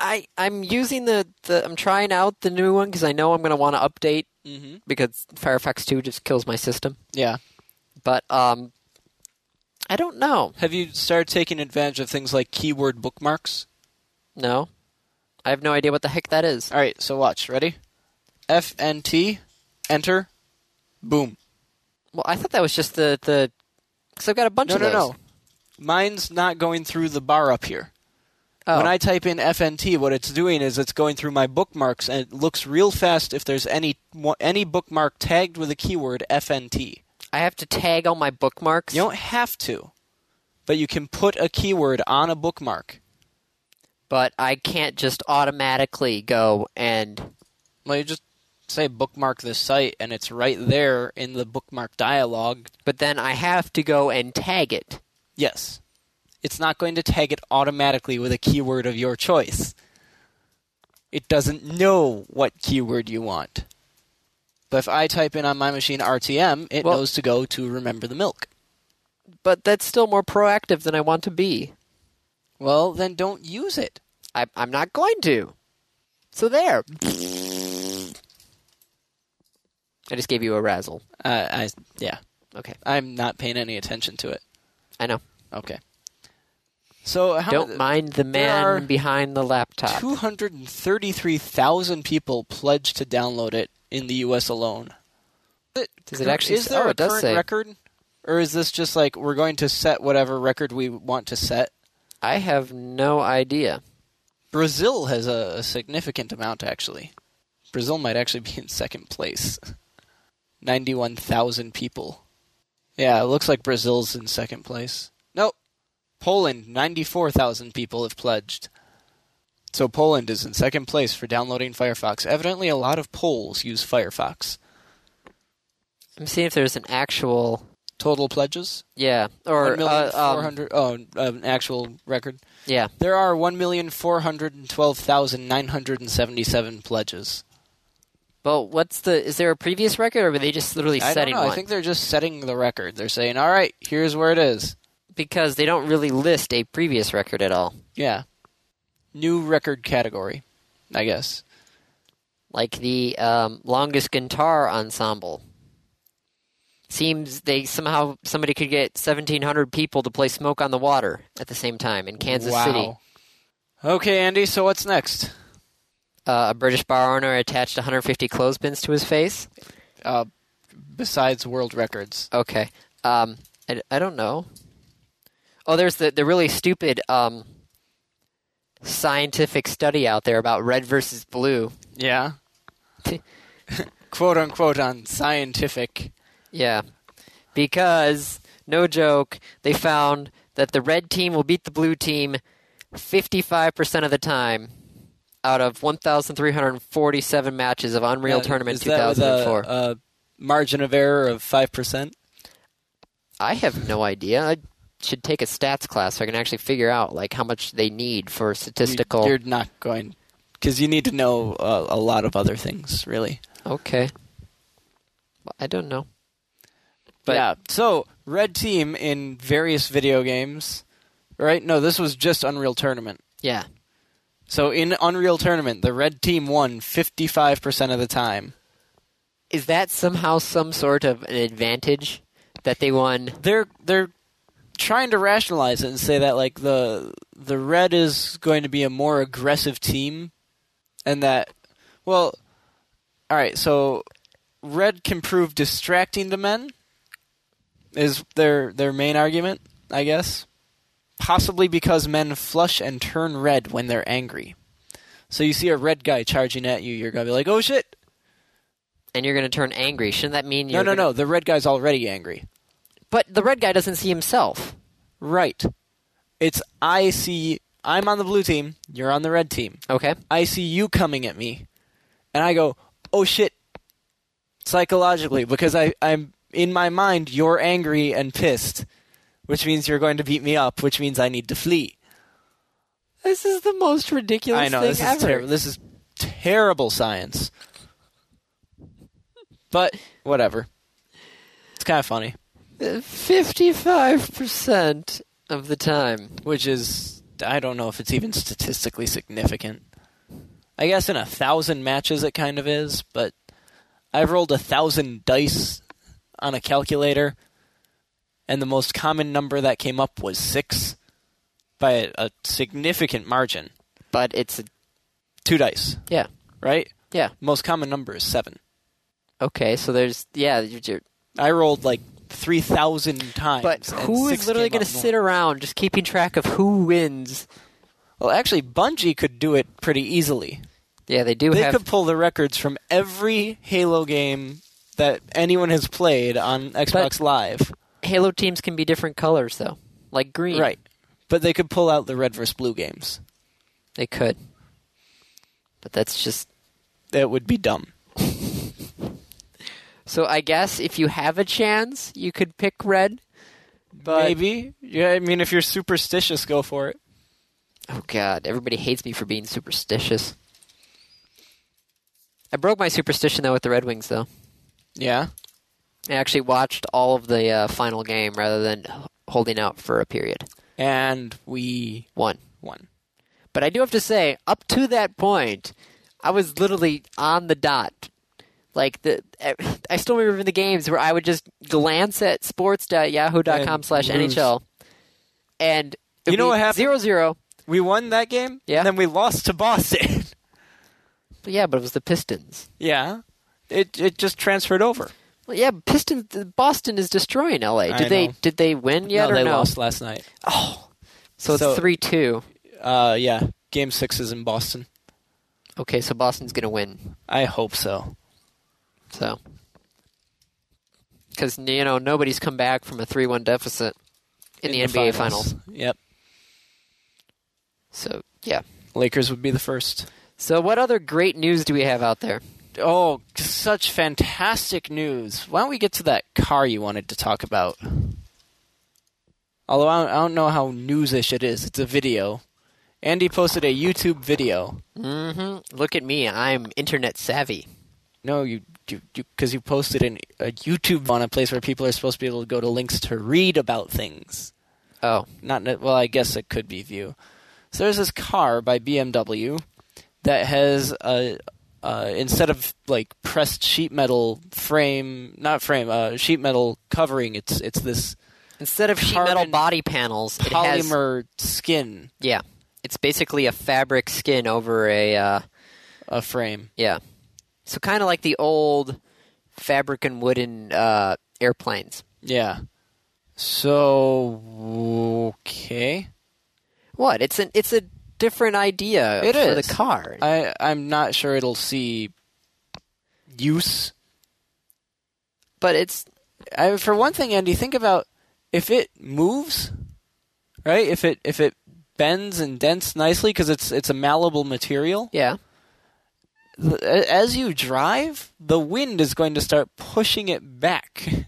Speaker 1: I I'm using the, the I'm trying out the new one because I know I'm going to want to update
Speaker 3: Mm-hmm.
Speaker 1: because Firefox 2 just kills my system.
Speaker 3: Yeah.
Speaker 1: But um, I don't know.
Speaker 3: Have you started taking advantage of things like keyword bookmarks?
Speaker 1: No, I have no idea what the heck that is.
Speaker 3: All right, so watch. Ready? FNT, enter, boom.
Speaker 1: Well, I thought that was just the the because I've got a bunch
Speaker 3: No,
Speaker 1: of
Speaker 3: no,
Speaker 1: those.
Speaker 3: no. Mine's not going through the bar up here.
Speaker 1: Oh.
Speaker 3: When I type in FNT, what it's doing is it's going through my bookmarks and it looks real fast if there's any mo- any bookmark tagged with a keyword FNT.
Speaker 1: I have to tag all my bookmarks.
Speaker 3: You don't have to, but you can put a keyword on a bookmark.
Speaker 1: but I can't just automatically go and
Speaker 3: Well, you just say bookmark this site and it's right there in the bookmark dialog.
Speaker 1: but then I have to go and tag it.
Speaker 3: Yes. It's not going to tag it automatically with a keyword of your choice. It doesn't know what keyword you want. But if I type in on my machine RTM, it
Speaker 1: Well-
Speaker 3: knows to go to remember the milk.
Speaker 1: But that's still more proactive than I want to be.
Speaker 3: Well, then don't use it.
Speaker 1: I, I'm not going to. So there. I just gave you a razzle.
Speaker 3: Uh, I yeah,
Speaker 1: Okay,
Speaker 3: I'm not paying any attention to it.
Speaker 1: I know.
Speaker 3: Okay. So how
Speaker 1: Don't mind the
Speaker 3: are
Speaker 1: man behind the laptop.
Speaker 3: 233,000 people pledged to download it in the U.S. alone.
Speaker 1: Does it actually
Speaker 3: Is
Speaker 1: say-
Speaker 3: there
Speaker 1: oh,
Speaker 3: a
Speaker 1: it does
Speaker 3: current
Speaker 1: say.
Speaker 3: record, or is this just like we're going to set whatever record we want to set?
Speaker 1: I have no idea.
Speaker 3: Brazil has a, a significant amount actually. Brazil might actually be in second place. [LAUGHS] 91,000 people. Yeah, it looks like Brazil's in second place. Nope. Poland, 94,000 people have pledged. So Poland is in second place for downloading Firefox. Evidently, a lot of Poles use Firefox.
Speaker 1: I'm seeing if there's an actual,
Speaker 3: Total pledges?
Speaker 1: yeah, or uh, um,
Speaker 3: 1,400,000 oh, an actual record.
Speaker 1: yeah,
Speaker 3: There are 1,412,977 pledges.
Speaker 1: Well, what's the? Is there a previous record, or were they just literally
Speaker 3: I
Speaker 1: setting
Speaker 3: don't know.
Speaker 1: one?
Speaker 3: I think they're just setting the record. They're saying, "All right, here's where it is."
Speaker 1: because they don't really list a previous record at all,
Speaker 3: Yeah, new record category, I guess.
Speaker 1: like the um, longest guitar ensemble. Seems they somehow somebody could get seventeen hundred people to play "Smoke on the Water" at the same time in Kansas
Speaker 3: wow.
Speaker 1: City.
Speaker 3: Okay, Andy. So what's next?
Speaker 1: Uh, a British bar owner attached 150 clothespins to his face.
Speaker 3: Uh, besides world records,
Speaker 1: Okay, um, I, I don't know. Oh, there's the the really stupid um, scientific study out there about red versus blue.
Speaker 3: [LAUGHS] yeah, quote unquote on scientific.
Speaker 1: Yeah. Because, no joke, they found that the red team will beat the blue team 55% of the time out of 1,347 matches of Unreal
Speaker 3: Uh,
Speaker 1: Tournament
Speaker 3: is that with a-
Speaker 1: 2004.
Speaker 3: A, margin of error of five percent.
Speaker 1: I have no idea. I should take a stats class so I can actually figure out like how much they need for statistical.
Speaker 3: You're not going because you need to know uh, a lot of other things, really.
Speaker 1: Okay. Well, I don't know. But
Speaker 3: yeah, so red team in various video games, right? No, this was just Unreal Tournament.
Speaker 1: yeah.
Speaker 3: So in Unreal Tournament, the red team won 55% of the time.
Speaker 1: Is that somehow some sort of an advantage that they won?
Speaker 3: They're they're trying to rationalize it and say that like the the red is going to be a more aggressive team and that well all right, so red can prove distracting to men is their their main argument, I guess. Possibly because men flush and turn red when they're angry. So you see a red guy charging at you, you're going to be like, "Oh shit."
Speaker 1: and you're going to turn angry. Shouldn't that mean
Speaker 3: No,
Speaker 1: you're
Speaker 3: no,
Speaker 1: gonna-
Speaker 3: no. The red guy's already angry.
Speaker 1: But the red guy doesn't see himself.
Speaker 3: Right. It's I see I'm on the blue team, you're on the red team.
Speaker 1: Okay.
Speaker 3: I see you coming at me. And I go, "Oh shit." Psychologically because I I'm in my mind you're angry and pissed, which means you're going to beat me up, which means I need to flee.
Speaker 1: This is the most ridiculous
Speaker 3: I know this is terrible. This is terrible science. But whatever. It's kind of funny,
Speaker 1: Fifty-five percent of the time.
Speaker 3: which is I don't know if it's even statistically significant. I guess in a thousand matches it kind of is, but I've rolled a thousand dice on a calculator, and the most common number that came up was six by a, a significant margin.
Speaker 1: But it's
Speaker 3: Two dice,
Speaker 1: yeah,
Speaker 3: right?
Speaker 1: yeah.
Speaker 3: Most common number is seven.
Speaker 1: Okay, so there's yeah. You're, you're,
Speaker 3: I rolled like three thousand times.
Speaker 1: but
Speaker 3: and
Speaker 1: who
Speaker 3: six
Speaker 1: is literally
Speaker 3: came
Speaker 1: going
Speaker 3: up
Speaker 1: to sit
Speaker 3: more.
Speaker 1: around just keeping track of who wins?
Speaker 3: Well, actually, Bungie could do it pretty easily.
Speaker 1: Yeah, they do
Speaker 3: They
Speaker 1: have.
Speaker 3: could pull the records from every Halo game that anyone has played on Xbox Live.
Speaker 1: Halo teams can be different colors though, like green.
Speaker 3: Right. But they could pull out the red versus blue games.
Speaker 1: They could. But that's just
Speaker 3: That would be dumb.
Speaker 1: so. I guess if you have a chance, you could pick red. But
Speaker 3: Maybe. Yeah, I mean, if you're superstitious, go for it.
Speaker 1: Oh God! Everybody hates me for being superstitious. I broke my superstition though with the Red Wings though.
Speaker 3: Yeah.
Speaker 1: I actually watched all of the uh, final game rather than h- holding out for a period
Speaker 3: And we
Speaker 1: one.
Speaker 3: won.
Speaker 1: But I do have to say, up to that point, I was literally on the dot. Like the, e, I still remember the games where I would just glance at sports.yahoo.com
Speaker 3: And
Speaker 1: slash
Speaker 3: lose.
Speaker 1: NHL, and
Speaker 3: You know what happened?
Speaker 1: Zero zero.
Speaker 3: We won that game,
Speaker 1: Yeah.
Speaker 3: and then we lost to Boston. [LAUGHS]
Speaker 1: But yeah, but it was the Pistons.
Speaker 3: yeah, it it just transferred over.
Speaker 1: Well, yeah, Pistons. Boston is destroying L.A. Did
Speaker 3: I
Speaker 1: they
Speaker 3: know.
Speaker 1: did they win yet
Speaker 3: no,
Speaker 1: or
Speaker 3: they
Speaker 1: no?
Speaker 3: lost last night.
Speaker 1: Oh, so it's
Speaker 3: So-
Speaker 1: three two.
Speaker 3: Uh, yeah, game six is in Boston.
Speaker 1: Okay, so Boston's gonna win.
Speaker 3: I hope so.
Speaker 1: So because you know nobody's come back from a three one deficit in, the, NBA finals.
Speaker 3: Yep,
Speaker 1: So yeah.
Speaker 3: Lakers would be the first.
Speaker 1: So what other great news do we have out there?
Speaker 3: Oh, such fantastic news! Why don't we get to that car you wanted to talk about? Although I don't, I don't know how newsish it is. It's a video. Andy posted a YouTube video.
Speaker 1: Mm-hmm. Look at me. I'm internet savvy.
Speaker 3: No, you you because you, posted an, a YouTube on a place where people are supposed to be able to go to links to read about things.
Speaker 1: Oh,
Speaker 3: Not ne- well, I guess it could be view. So there's this car by BMW that has a uh, instead of like pressed sheet metal frame, not frame, uh, sheet metal covering. It's it's this
Speaker 1: instead of sheet metal
Speaker 3: Carbon
Speaker 1: body panels, it has
Speaker 3: polymer skin
Speaker 1: Yeah, it's basically a fabric skin over a uh,
Speaker 3: uh, frame.
Speaker 1: yeah. So kind of like the old fabric and wooden uh, airplanes.
Speaker 3: Yeah. So okay.
Speaker 1: What? It's an it's a different idea
Speaker 3: It
Speaker 1: for
Speaker 3: is.
Speaker 1: the car.
Speaker 3: I I'm not sure it'll see use.
Speaker 1: but it's
Speaker 3: I, for one thing, Andy, think about if it moves, right? If it if it bends and dents nicely because it's it's a malleable material.
Speaker 1: yeah.
Speaker 3: th- As you drive, the wind is going to start pushing it back. [LAUGHS]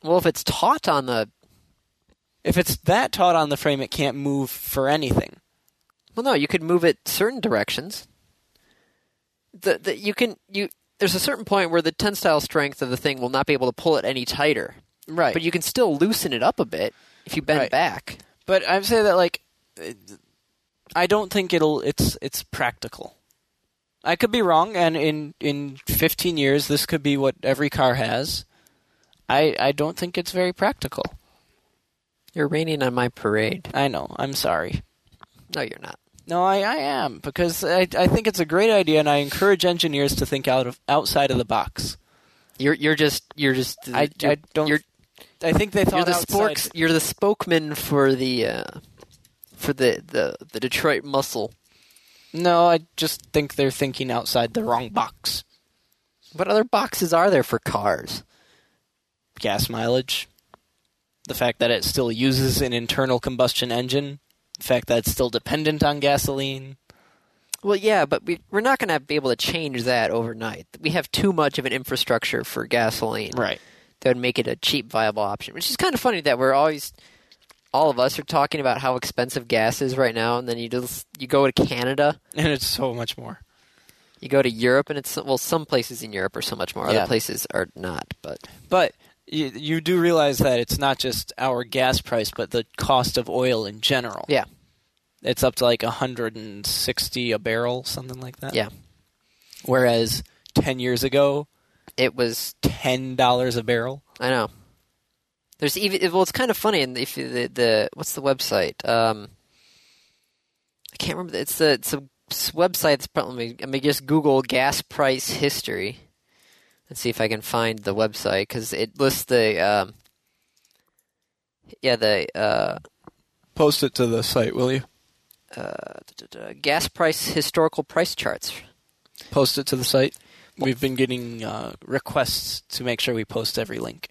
Speaker 1: Well, if it's taut on the
Speaker 3: If it's that taut on the frame, it can't move for anything.
Speaker 1: well, no, you could move it certain directions. The, the you can you there's a certain point where the tensile strength of the thing will not be able to pull it any tighter,
Speaker 3: Right.
Speaker 1: but you can still loosen it up a bit if you bend
Speaker 3: Right.
Speaker 1: back.
Speaker 3: But I'm saying that like, I don't think it'll. It's it's practical. I could be wrong, and in in 15 years, this could be what every car has. I I don't think it's very practical.
Speaker 1: You're raining on my parade.
Speaker 3: I know. I'm sorry.
Speaker 1: No, you're not.
Speaker 3: No, I, I am because I I think it's a great idea, and I encourage engineers to think out of outside of the box.
Speaker 1: You're you're just you're just
Speaker 3: I
Speaker 1: you're,
Speaker 3: I don't.
Speaker 1: you're,
Speaker 3: I think they
Speaker 1: you're
Speaker 3: thought
Speaker 1: the
Speaker 3: outside-
Speaker 1: sporks you're the spokesman for the uh, for the, the the Detroit muscle.
Speaker 3: No, I just think they're thinking outside the wrong box.
Speaker 1: What other boxes are there for cars?
Speaker 3: gas mileage, the fact that it still uses an internal combustion engine, the fact that it's still dependent on gasoline.
Speaker 1: Well, yeah, but we we're not going to be able to change that overnight. We have too much of an infrastructure for gasoline
Speaker 3: Right.
Speaker 1: that would make it a cheap viable option. Which is kind of funny that we're always all of us are talking about how expensive gas is right now, and then you just you go to Canada,
Speaker 3: And it's so much more.
Speaker 1: you go to Europe, and it's well, some places in Europe are so much more,
Speaker 3: Yeah.
Speaker 1: other places are not, but.
Speaker 3: But you, you do realize that it's not just our gas price, but the cost of oil in general.
Speaker 1: Yeah.
Speaker 3: It's up to like 160 a barrel, something like that.
Speaker 1: Yeah.
Speaker 3: Whereas 10 years ago,
Speaker 1: It was.
Speaker 3: $10 a barrel.
Speaker 1: I know. There's even. Well, it's kind of funny. And if you- the the what's the website? Um, I can't remember. It's the it's a s- website. That's probably. I mean, just Google gas price history. Let's see if I can find the website because it lists the. Um, yeah, the uh,
Speaker 3: Post it to the site, will you?
Speaker 1: uh, duh, duh, duh, gas price historical price charts.
Speaker 3: Post it to the site. We've been getting uh, requests to make sure we post every link.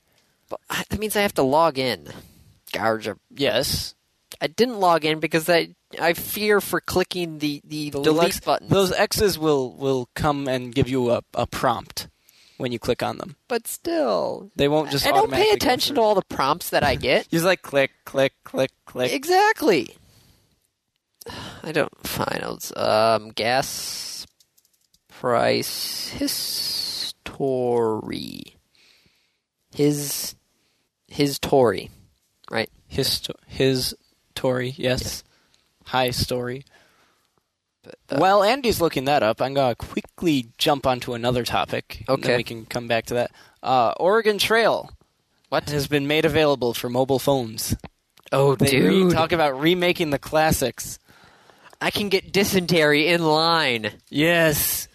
Speaker 1: But I- that means I have to log in. Garge,
Speaker 3: Yes.
Speaker 1: I didn't log in because I I fear for clicking the the, delete button.
Speaker 3: Those X's will, will come and give you a, a prompt when you click on them.
Speaker 1: but still,
Speaker 3: They won't just
Speaker 1: I don't pay
Speaker 3: automatically go
Speaker 1: attention to
Speaker 3: through.
Speaker 1: all the prompts
Speaker 3: [LAUGHS]
Speaker 1: that I get.
Speaker 3: You just like click, click, click, click.
Speaker 1: exactly. I don't find those. Um, gas price history. His his Tory, right?
Speaker 3: his, sto- his Tory, yes.
Speaker 1: Yes.
Speaker 3: Hi, story.
Speaker 1: But, uh,
Speaker 3: While Andy's looking that up, I'm going to quickly jump onto another topic. And
Speaker 1: Okay.
Speaker 3: then we can come back to that. Uh, Oregon Trail
Speaker 1: what?
Speaker 3: has been made available for mobile phones.
Speaker 1: Oh,
Speaker 3: They re-
Speaker 1: dude.
Speaker 3: talk about remaking the classics.
Speaker 1: I can get dysentery in line.
Speaker 3: Yes,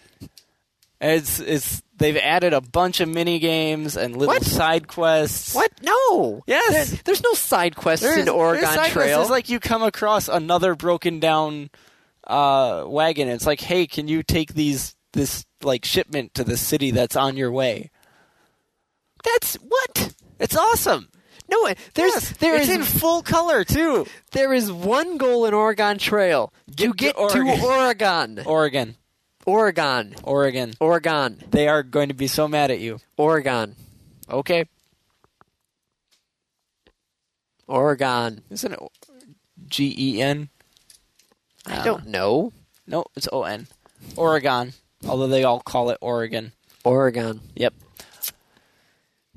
Speaker 3: it's it's they've added a bunch of mini games and little
Speaker 1: What?
Speaker 3: side quests.
Speaker 1: What? No.
Speaker 3: Yes.
Speaker 1: There- there's no side quests
Speaker 3: There's,
Speaker 1: in Oregon
Speaker 3: there's side quests.
Speaker 1: Trail.
Speaker 3: It's like you come across another broken down uh, wagon. It's like, hey, can you take these this like shipment to the city that's on your way?
Speaker 1: That's what?
Speaker 3: It's awesome.
Speaker 1: No, there's
Speaker 3: Yes,
Speaker 1: there
Speaker 3: it's
Speaker 1: is
Speaker 3: in full color too.
Speaker 1: there is one goal in Oregon Trail to get
Speaker 3: to Oregon.
Speaker 1: to Oregon. [LAUGHS]
Speaker 3: Oregon,
Speaker 1: Oregon.
Speaker 3: Oregon.
Speaker 1: Oregon.
Speaker 3: They are going to be so mad at you.
Speaker 1: Oregon.
Speaker 3: Okay,
Speaker 1: Oregon.
Speaker 3: isn't it G E N?
Speaker 1: I don't know.
Speaker 3: No, it's O N. Oregon. Although they all call it Oregon.
Speaker 1: Oregon.
Speaker 3: Yep.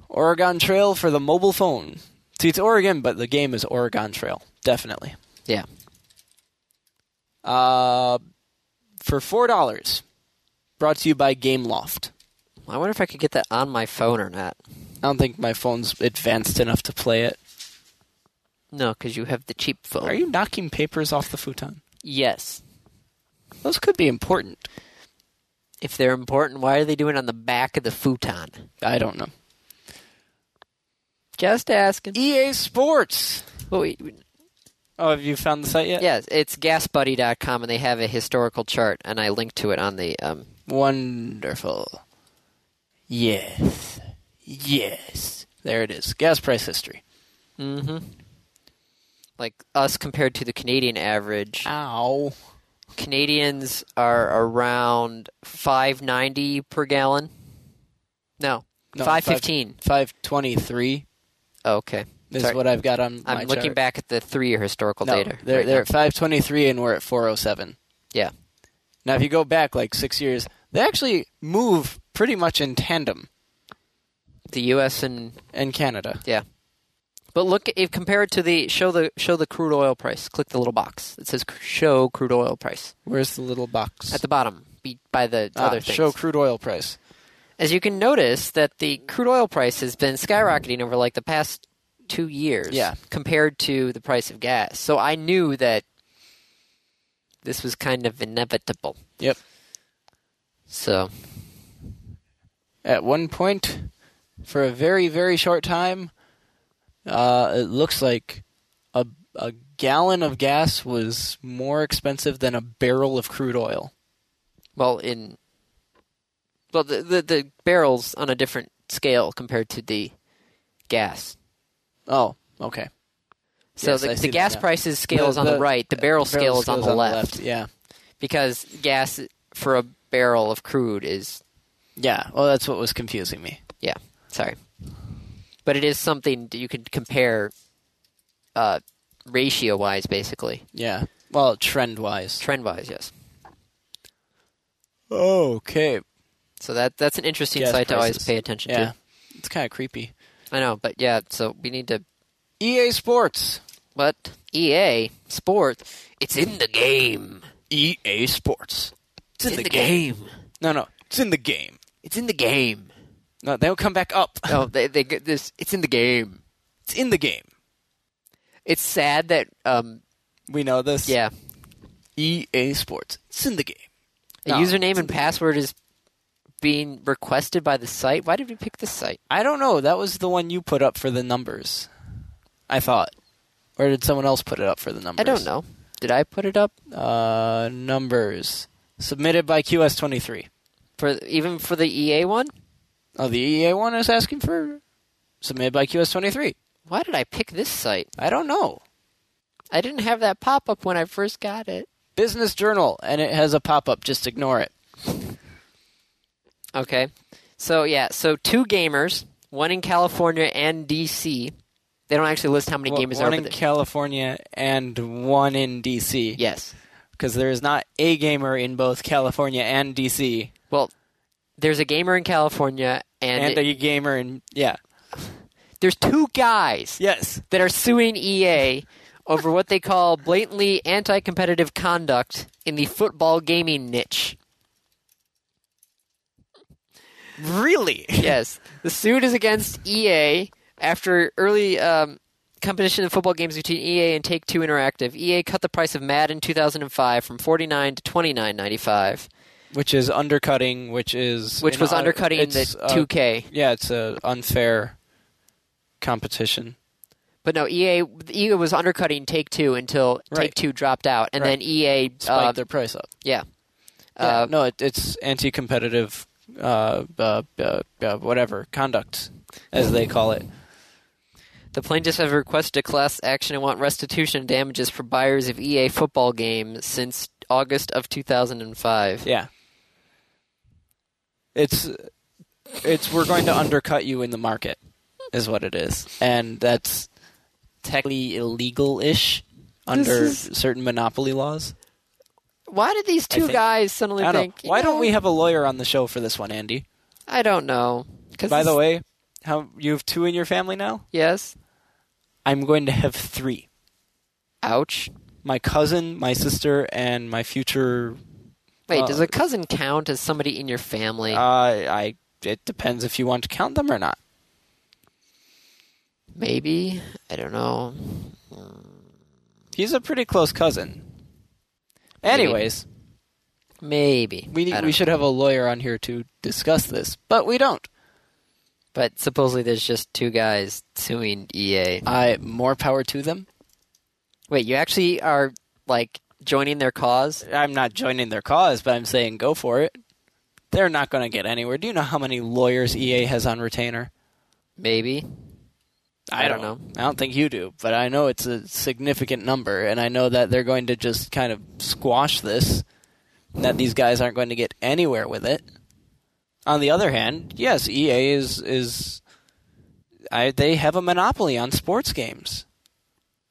Speaker 3: Oregon Trail for the mobile phone. See, it's Oregon, but the game is Oregon Trail. Definitely.
Speaker 1: Yeah.
Speaker 3: Uh, for four dollars. Brought to you by GameLoft.
Speaker 1: I wonder if I could get that on my phone or not.
Speaker 3: I don't think my phone's advanced enough to play it.
Speaker 1: No, because you have the cheap phone.
Speaker 3: Are you knocking papers off the futon?
Speaker 1: Yes.
Speaker 3: Those could be important.
Speaker 1: If they're important, why are they doing it on the back of the futon?
Speaker 3: I don't know.
Speaker 1: Just asking.
Speaker 3: EA E Sports.
Speaker 1: Oh, wait.
Speaker 3: Oh, have you found the site yet?
Speaker 1: Yes, it's gasbuddy.com, and they have a historical chart, and I linked to it on the. Um,
Speaker 3: Wonderful. Yes. Yes. There it is. Gas price history.
Speaker 1: Mm-hmm. like us compared to the Canadian average.
Speaker 3: Ow.
Speaker 1: Canadians are around five ninety per gallon. No,
Speaker 3: No,
Speaker 1: five fifteen.
Speaker 3: 523
Speaker 1: Okay,
Speaker 3: is
Speaker 1: Sorry.
Speaker 3: what I've got on my
Speaker 1: I'm looking
Speaker 3: chart.
Speaker 1: back at the three-year historical
Speaker 3: No,
Speaker 1: data.
Speaker 3: they're,
Speaker 1: right
Speaker 3: they're
Speaker 1: now.
Speaker 3: at 523 and we're at 407.
Speaker 1: Yeah,
Speaker 3: Now, if you go back like six years, they actually move pretty much in tandem
Speaker 1: the U.S. and
Speaker 3: in Canada.
Speaker 1: yeah. But look, if compare it to the show the show the crude oil price. Click the little box. It says cr- show crude oil price
Speaker 3: Where's the little box?
Speaker 1: at the bottom, be, by the
Speaker 3: Ah,
Speaker 1: other things.
Speaker 3: show crude oil price.
Speaker 1: As you can notice that the crude oil price has been skyrocketing over like the past two years
Speaker 3: Yeah.
Speaker 1: compared to the price of gas. So I knew that this was kind of inevitable.
Speaker 3: Yep.
Speaker 1: So
Speaker 3: at one point for a very very short time uh, it looks like a, a gallon of gas was more expensive than a barrel of crude oil
Speaker 1: well in well the, the the barrels on a different scale compared to the gas.
Speaker 3: oh okay
Speaker 1: So
Speaker 3: Yes, I
Speaker 1: the, the
Speaker 3: see that
Speaker 1: gas
Speaker 3: now.
Speaker 1: prices scale is on the, right, the barrel scale is on
Speaker 3: scale's
Speaker 1: the left,
Speaker 3: yeah
Speaker 1: because gas for a barrel of crude is
Speaker 3: yeah well that's what was confusing me
Speaker 1: Yeah, sorry, but it is something that you can compare uh, ratio wise, basically
Speaker 3: yeah well trend wise
Speaker 1: trend wise. Yes,
Speaker 3: okay
Speaker 1: so that that's an interesting
Speaker 3: Gas
Speaker 1: site to always
Speaker 3: prices.
Speaker 1: pay attention
Speaker 3: yeah
Speaker 1: to.
Speaker 3: it's kind of creepy
Speaker 1: I know, but yeah, so we need to.
Speaker 3: ea sports
Speaker 1: What EA Sports? It's in the game.
Speaker 3: ea sports
Speaker 1: It's in, the, game.
Speaker 3: no no it's in the game
Speaker 1: It's in the game.
Speaker 3: no they'll come back up
Speaker 1: oh, they they get this. It's in the game.
Speaker 3: it's in the game
Speaker 1: It's sad that um
Speaker 3: we know this
Speaker 1: yeah,
Speaker 3: EA E Sports. It's in the game.
Speaker 1: a
Speaker 3: No,
Speaker 1: username and password is being requested by the site. Why did we pick this site?
Speaker 3: I don't know. That was the one you put up for the numbers. I thought. Or did someone else put it up for the numbers?
Speaker 1: I don't know. Did I put it up?
Speaker 3: know. Uh, numbers. Submitted by QS23.
Speaker 1: for even for the EA one.
Speaker 3: Oh, the EA one is asking for. Submitted by QS23.
Speaker 1: Why did I pick this site?
Speaker 3: I don't know.
Speaker 1: I didn't have that pop up when I first got it.
Speaker 3: Business Journal, and it has a pop up. Just ignore it.
Speaker 1: Okay, so yeah, so two gamers, one in California and DC. They don't actually list how many gamers
Speaker 3: one
Speaker 1: are.
Speaker 3: in
Speaker 1: but they-
Speaker 3: California and one in DC.
Speaker 1: yes.
Speaker 3: Because there is not a gamer in both California and DC,
Speaker 1: Well, there's a gamer in California, and,
Speaker 3: and a gamer in yeah,
Speaker 1: there's two guys
Speaker 3: yes.
Speaker 1: that are suing EA over what they call blatantly anti-competitive conduct in the football gaming niche.
Speaker 3: Really?
Speaker 1: [LAUGHS] yes. The suit is against EA after E early um, competition in football games between EA and Take Two Interactive. EA cut the price of Madden 2005 from 49 to 29.95,
Speaker 3: which is undercutting, which is
Speaker 1: which
Speaker 3: an
Speaker 1: was
Speaker 3: un-
Speaker 1: undercutting the
Speaker 3: it's, uh,
Speaker 1: 2K.
Speaker 3: yeah, it's a unfair competition.
Speaker 1: But no, E EA EA was undercutting Take Two until Take
Speaker 3: Right.
Speaker 1: Two dropped out, and then
Speaker 3: Right.
Speaker 1: EA
Speaker 3: Spike
Speaker 1: uh,
Speaker 3: their price up.
Speaker 1: yeah.
Speaker 3: Yeah,
Speaker 1: Uh,
Speaker 3: no, it, it's anti-competitive, uh, uh, uh, uh, whatever conduct, as they call it.
Speaker 1: The plaintiffs have requested a class action and want restitution and damages for buyers of EA football games since August of 2005.
Speaker 3: Yeah, it's it's we're going to undercut you in the market, is what it is, and that's technically illegal-ish under
Speaker 1: is-
Speaker 3: certain monopoly laws.
Speaker 1: Why did these two
Speaker 3: think-
Speaker 1: guys suddenly
Speaker 3: I don't
Speaker 1: think?
Speaker 3: know.
Speaker 1: you
Speaker 3: Why
Speaker 1: know,
Speaker 3: don't we have a lawyer on the show for this one, Andy?
Speaker 1: I don't know. 'Cause
Speaker 3: By the
Speaker 1: this-
Speaker 3: way, how you have two in your family now?
Speaker 1: yes.
Speaker 3: I'm going to have three.
Speaker 1: Ouch.
Speaker 3: My cousin, my sister, and my future.
Speaker 1: Wait,
Speaker 3: Uh,
Speaker 1: does a cousin count as somebody in your family?
Speaker 3: Uh, I. It depends if you want to count them or not.
Speaker 1: Maybe. I don't know.
Speaker 3: He's a pretty close cousin. Anyways,
Speaker 1: Maybe.
Speaker 3: we
Speaker 1: I
Speaker 3: need,
Speaker 1: don't
Speaker 3: we
Speaker 1: know.
Speaker 3: should have a lawyer on here to discuss this, but we don't.
Speaker 1: But supposedly there's just two guys suing EA.
Speaker 3: I more power to them.
Speaker 1: Wait, you actually are like joining their cause?
Speaker 3: I'm not joining their cause, but I'm saying go for it. They're not going to get anywhere. Do you know how many lawyers EA has on retainer?
Speaker 1: Maybe. I don't
Speaker 3: I don't think you do, but I know it's a significant number, and I know that they're going to just kind of squash this, and that these guys aren't going to get anywhere with it. On the other hand, yes, EA is is I, they have a monopoly on sports games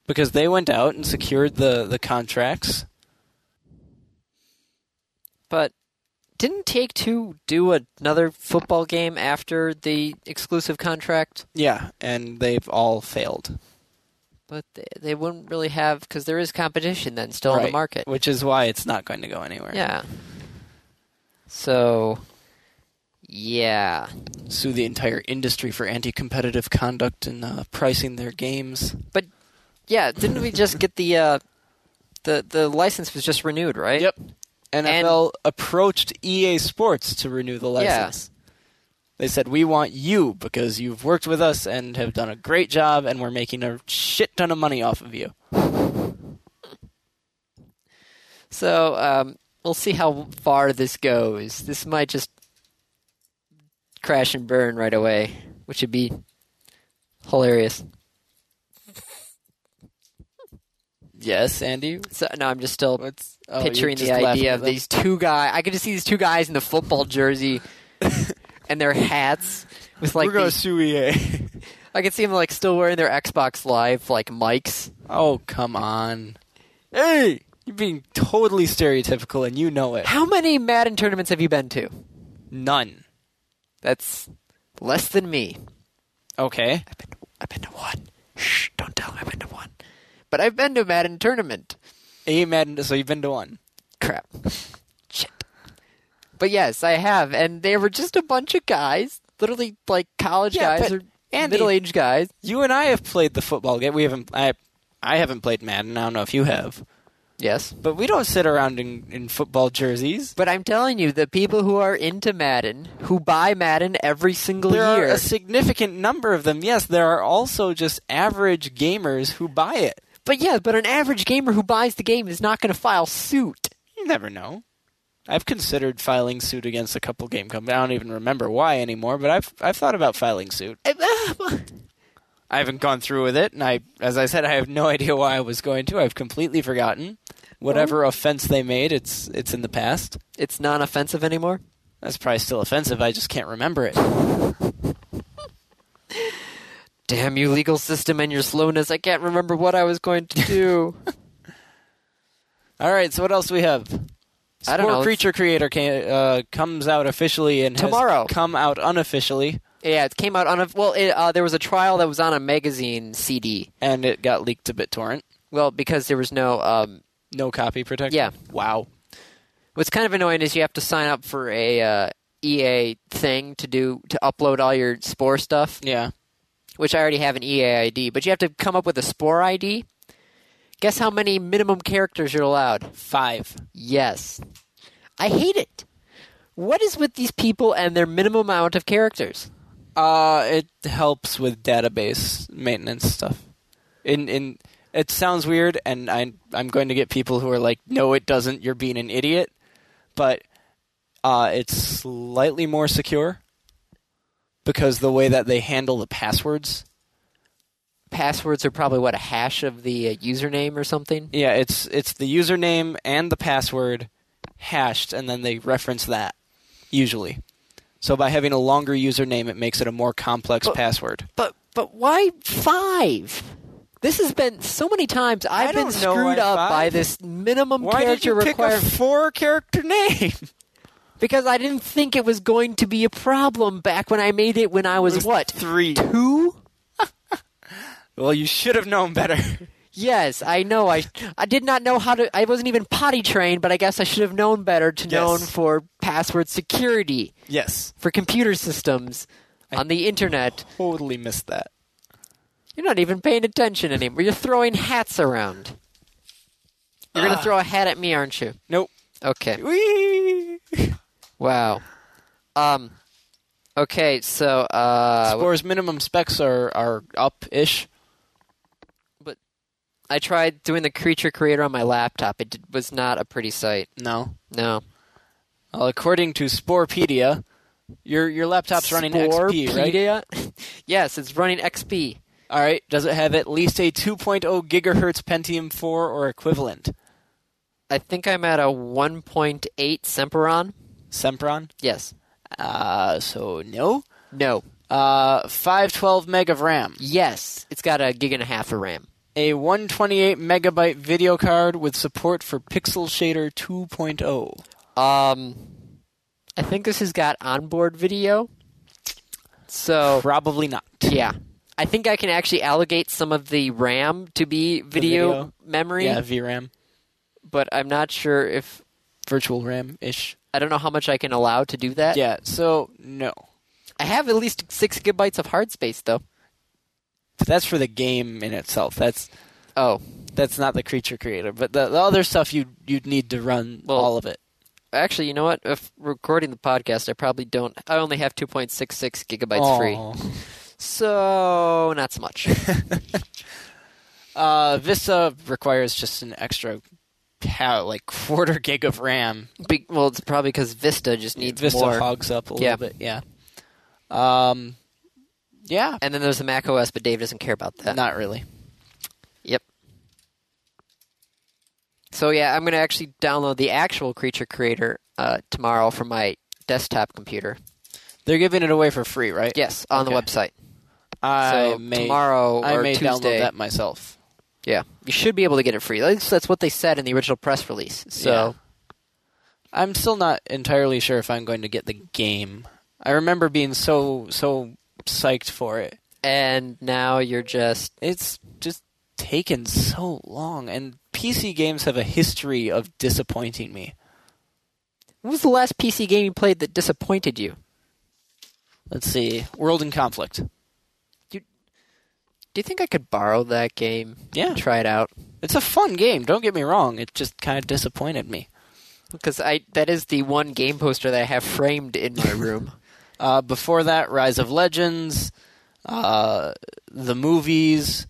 Speaker 3: because they went out and secured the the contracts.
Speaker 1: But didn't Take Two do another football game after the exclusive contract?
Speaker 3: Yeah, and they've all failed.
Speaker 1: But they, they wouldn't really have because there is competition then still on the
Speaker 3: Right,
Speaker 1: market.
Speaker 3: which is why it's not going to go anywhere.
Speaker 1: Yeah. So, yeah,
Speaker 3: sue the entire industry for anti-competitive conduct and uh, pricing their games.
Speaker 1: yeah. Didn't we just get the uh, the the license was just renewed, right?
Speaker 3: Yep. NFL approached EA Sports to renew the
Speaker 1: Yeah.
Speaker 3: license. They said, "We want you because you've worked with us and have done a great job, and we're making a shit ton of money off of you."
Speaker 1: So um, we'll see how far this goes. This might just crash and burn right away, which would be hilarious.
Speaker 3: Yes, Andy.
Speaker 1: So no, I'm just still
Speaker 3: What's oh, you're
Speaker 1: picturing the
Speaker 3: just laughing
Speaker 1: idea
Speaker 3: at
Speaker 1: of
Speaker 3: them.
Speaker 1: these two guys. I could just see these two guys in the football
Speaker 3: [LAUGHS]
Speaker 1: jersey and their hats with like
Speaker 3: we're going
Speaker 1: the-
Speaker 3: to sue E EA.
Speaker 1: I could see them like still wearing their Xbox Live like mics.
Speaker 3: [LAUGHS] oh come on! Hey, you're being totally stereotypical, and you know it.
Speaker 1: How many Madden tournaments have you been to?
Speaker 3: None.
Speaker 1: That's less than me.
Speaker 3: Okay.
Speaker 1: I've been to, I've been to one. Shh, don't tell them I've been to one. But I've been to a Madden tournament.
Speaker 3: A Madden. So you've been to one.
Speaker 1: Crap. Shit. But yes, I have, and they were just a bunch of guys, literally like college
Speaker 3: Yeah,
Speaker 1: guys
Speaker 3: but
Speaker 1: or
Speaker 3: Andy-
Speaker 1: middle-aged guys.
Speaker 3: You and I have played the football game. We haven't. I, I haven't played Madden. I don't know if you have,
Speaker 1: Yes.
Speaker 3: but we don't sit around in, in football jerseys.
Speaker 1: But I'm telling you, the people who are into Madden, who buy Madden every single
Speaker 3: There are
Speaker 1: year,
Speaker 3: a significant number of them. Yes, there are also just average gamers who buy it.
Speaker 1: But yeah, but an average gamer who buys the game is not going to file suit.
Speaker 3: You never know. I've considered filing suit against a couple game companies. I don't even remember why anymore, but I've I've thought about filing suit. I haven't gone through with it, and I, as I said, I have no [LAUGHS] idea why I was going to. I've completely forgotten whatever offense they made. It's it's in the past.
Speaker 1: it's non-offensive anymore.
Speaker 3: That's probably still offensive. I just can't remember it.
Speaker 1: Damn you, legal system, and your slowness. I can't remember what I was going to do.
Speaker 3: All right, so what else we have?
Speaker 1: I don't
Speaker 3: Spore
Speaker 1: know.
Speaker 3: Creature Creator ca uh, comes out officially and has
Speaker 1: Tomorrow.
Speaker 3: come out unofficially,
Speaker 1: yeah, it came out on a well. It, uh, there was a trial that was on a magazine CD.
Speaker 3: and it got leaked to BitTorrent.
Speaker 1: Well, because there was no. Um,
Speaker 3: No copy protection.
Speaker 1: Yeah.
Speaker 3: Wow.
Speaker 1: what's kind of annoying is you have to sign up for E a uh, EA thing to do to upload all your Spore stuff,
Speaker 3: Yeah.
Speaker 1: which I already have an EAID, but you have to come up with a spore ID. Guess how many minimum characters you're allowed?
Speaker 3: Five.
Speaker 1: Yes. I hate it. What is with these people and their minimum amount of characters?
Speaker 3: Uh, it helps with database maintenance stuff. In in it sounds weird, and I I'm going to get people who are like, no, it doesn't. You're being an idiot. But uh, it's slightly more secure because the way that they handle the passwords.
Speaker 1: Passwords are probably what a hash of the uh, username or something.
Speaker 3: Yeah, it's it's the username and the password hashed, and then they reference that usually. So by having a longer username, it makes it a more complex password.
Speaker 1: But but why five? This has been so many times I've been
Speaker 3: don't know
Speaker 1: screwed
Speaker 3: why
Speaker 1: up by
Speaker 3: five.
Speaker 1: this minimum
Speaker 3: Why did
Speaker 1: character
Speaker 3: you pick a
Speaker 1: requirement
Speaker 3: four-character [LAUGHS] name?
Speaker 1: because I didn't think it was going to be a problem back when I made it when I was, what
Speaker 3: Three.
Speaker 1: two?
Speaker 3: Well, you should have known better. [LAUGHS]
Speaker 1: Yes, I know. I I did not know how to. I wasn't even potty trained, but I guess I should have known better to known for password security
Speaker 3: yes,
Speaker 1: for computer systems on the internet.
Speaker 3: totally missed that.
Speaker 1: You're not even paying attention anymore. You're throwing hats around. You're gonna throw a hat at me, aren't you?
Speaker 3: Nope.
Speaker 1: Okay.
Speaker 3: Whee!
Speaker 1: Wow. Um. Okay, so uh,
Speaker 3: Spore's minimum specs are are up ish.
Speaker 1: I tried doing the creature creator on my laptop. It did- was not a pretty sight.
Speaker 3: No.
Speaker 1: No.
Speaker 3: Well, according to Sporepedia, your your laptop's running XP, right?
Speaker 1: right? [LAUGHS] yes, it's running XP.
Speaker 3: All right. Does it have at least a 2.0 gigahertz Pentium 4 or equivalent?
Speaker 1: I think I'm at a 1.8 Semperon.
Speaker 3: Sempron.
Speaker 1: Yes.
Speaker 3: Uh, so no.
Speaker 1: No.
Speaker 3: Uh, 512 meg of RAM.
Speaker 1: Yes. It's got a gig and a half of RAM.
Speaker 3: A 128 megabyte video card with support for Pixel Shader oh. 2.0.
Speaker 1: Um, I think this has got onboard video. So
Speaker 3: Probably not.
Speaker 1: Oh. yeah, I think I can actually allocate some of the RAM to be video,
Speaker 3: video.
Speaker 1: memory,
Speaker 3: Yeah, VRAM.
Speaker 1: but I'm not sure if
Speaker 3: Virtual RAM ish.
Speaker 1: I don't know how much I can allow to do that.
Speaker 3: Yeah, so no.
Speaker 1: I have at least six gigabytes of hard space though.
Speaker 3: But that's for the game in itself. That's
Speaker 1: Oh,
Speaker 3: that's not the creature creator. But the, the other stuff you you'd need to run
Speaker 1: Well-
Speaker 3: all of it.
Speaker 1: actually, you know what? If recording the podcast, I probably don't. I only have 2.66 gigabytes
Speaker 3: Oh.
Speaker 1: free.
Speaker 3: Aw.
Speaker 1: So not so
Speaker 3: [LAUGHS]
Speaker 1: much.
Speaker 3: Uh, Vista requires just an extra how, like [LAUGHS] quarter gig of RAM.
Speaker 1: Be- well, it's probably because Vista just needs
Speaker 3: Vista
Speaker 1: more.
Speaker 3: hogs up a
Speaker 1: Yeah.
Speaker 3: little bit. Yeah. Um, yeah.
Speaker 1: And then there's the Mac OS, but Dave doesn't care about that.
Speaker 3: Not really.
Speaker 1: Yep. So yeah, I'm gonna actually download the actual Creature Creator uh, tomorrow from my desktop computer.
Speaker 3: They're giving it away for free, right?
Speaker 1: Yes, on the
Speaker 3: Okay.
Speaker 1: website.
Speaker 3: I
Speaker 1: so
Speaker 3: may,
Speaker 1: tomorrow
Speaker 3: I
Speaker 1: or
Speaker 3: may
Speaker 1: Tuesday.
Speaker 3: download that myself.
Speaker 1: Yeah, you should be able to get it free. At least that's what they said in the original press release. So
Speaker 3: I'm still not entirely sure if I'm going to get the game. I remember being so so psyched for it.
Speaker 1: and now you're just
Speaker 3: It's just taken so long, and PC games have a history of disappointing me.
Speaker 1: what was the last PC game you played that disappointed you?
Speaker 3: Let's see, World in Conflict.
Speaker 1: Do you think I could borrow that game?
Speaker 3: Yeah.
Speaker 1: and try it out
Speaker 3: It's a fun game. Don't get me wrong. It just kind of disappointed me.
Speaker 1: because I that is the one game poster that I have framed in
Speaker 3: [LAUGHS]
Speaker 1: my room.
Speaker 3: Uh, before that, Rise of Legends, uh, the movies,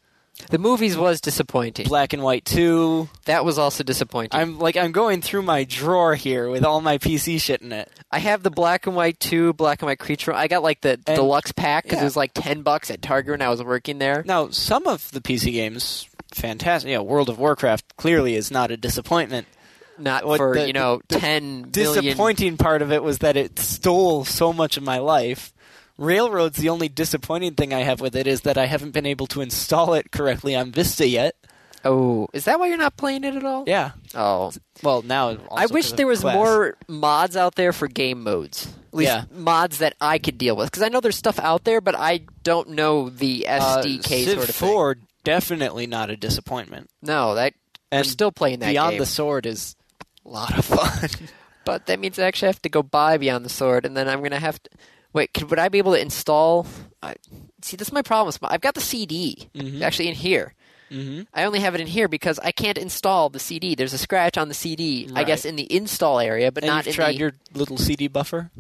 Speaker 1: the movies was disappointing.
Speaker 3: Black and White Two.
Speaker 1: That was also disappointing.
Speaker 3: I'm like I'm going through my drawer here with all my PC shit in it.
Speaker 1: I have the black and white two, black and white creature. I got like the
Speaker 3: And-
Speaker 1: deluxe pack because
Speaker 3: yeah.
Speaker 1: it was like ten bucks at Target when I was working there.
Speaker 3: Now, some of the PC games, fantastic. Yeah, World of Warcraft clearly is not a disappointment.
Speaker 1: Not
Speaker 3: What
Speaker 1: for
Speaker 3: the-
Speaker 1: you know ten million.
Speaker 3: Disappointing part of it was that it stole so much of my life. Railroad's the only disappointing thing I have with it is that I haven't been able to install it correctly on Vista yet.
Speaker 1: Oh, is that why you're not playing it at all?
Speaker 3: Yeah.
Speaker 1: Oh,
Speaker 3: Well, now also
Speaker 1: I wish
Speaker 3: 'cause of
Speaker 1: there was
Speaker 3: class.
Speaker 1: more mods out there for game modes. At least
Speaker 3: Yeah.
Speaker 1: mods that I could deal with because I know there's stuff out there, but I don't know the
Speaker 3: Uh,
Speaker 1: SDK
Speaker 3: Civ
Speaker 1: sort of thing.
Speaker 3: 4 definitely not a disappointment.
Speaker 1: No, that
Speaker 3: And
Speaker 1: we're still playing that
Speaker 3: Beyond
Speaker 1: game.
Speaker 3: the Sword is a lot of fun. [LAUGHS]
Speaker 1: But that means I actually have to go buy Beyond the Sword, and then I'm gonna have to wait. Could, would I be able to install? I, see, this is my problem. with Sm- I've got the CD
Speaker 3: Mm-hmm.
Speaker 1: actually in here.
Speaker 3: Mhm.
Speaker 1: I only have it in here because I can't install the CD. There's a scratch on the CD, I
Speaker 3: Right.
Speaker 1: guess, in the install area, but
Speaker 3: And
Speaker 1: not
Speaker 3: you've
Speaker 1: in
Speaker 3: tried
Speaker 1: the
Speaker 3: your little CD buffer?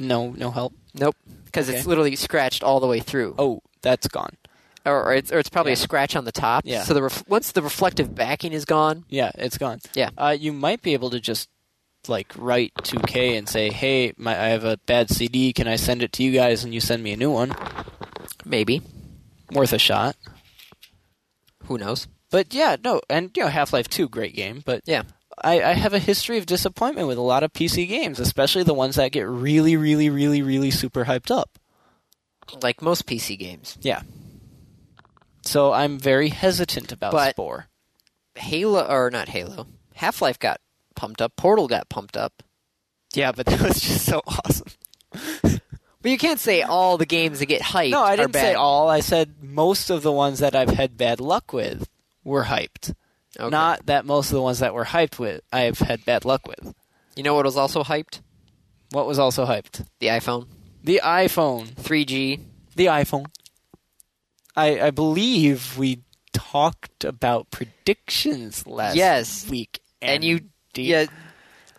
Speaker 3: No, no help.
Speaker 1: nope because it's
Speaker 3: Okay.
Speaker 1: literally scratched all the way through.
Speaker 3: Oh, that's gone.
Speaker 1: or, or it's or it's probably a
Speaker 3: Yeah.
Speaker 1: scratch on the top.
Speaker 3: Yeah.
Speaker 1: So the ref- once the reflective backing is gone,
Speaker 3: Yeah, it's gone.
Speaker 1: Yeah.
Speaker 3: Uh, you might be able to just like write 2K and say, "Hey, my I have a bad CD. Can I send it to you guys and you send me a new one?"
Speaker 1: maybe
Speaker 3: Worth a shot.
Speaker 1: who knows?
Speaker 3: But yeah, no, and you know, Half Life Two, great game, but
Speaker 1: Yeah.
Speaker 3: I, I have a history of disappointment with a lot of PC games, especially the ones that get really, really, really, really super hyped up.
Speaker 1: Like most PC games,
Speaker 3: Yeah. So I'm very hesitant about
Speaker 1: But-
Speaker 3: Spore.
Speaker 1: Halo or not Halo, Half Life got pumped up, Portal got pumped up.
Speaker 3: Yeah, but that was just so [LAUGHS] awesome.
Speaker 1: But you can't say all the games that get hyped.
Speaker 3: No, I
Speaker 1: are
Speaker 3: didn't say
Speaker 1: bad.
Speaker 3: all. I said most of the ones that I've had bad luck with were hyped.
Speaker 1: Okay.
Speaker 3: Not that most of the ones that were hyped with I've had bad luck with.
Speaker 1: You know what was also hyped?
Speaker 3: What was also hyped?
Speaker 1: The iPhone,
Speaker 3: The iPhone.
Speaker 1: 3G.
Speaker 3: The iPhone. I I believe we talked about predictions last
Speaker 1: Yes.
Speaker 3: week.
Speaker 1: And, you,
Speaker 3: do
Speaker 1: yeah,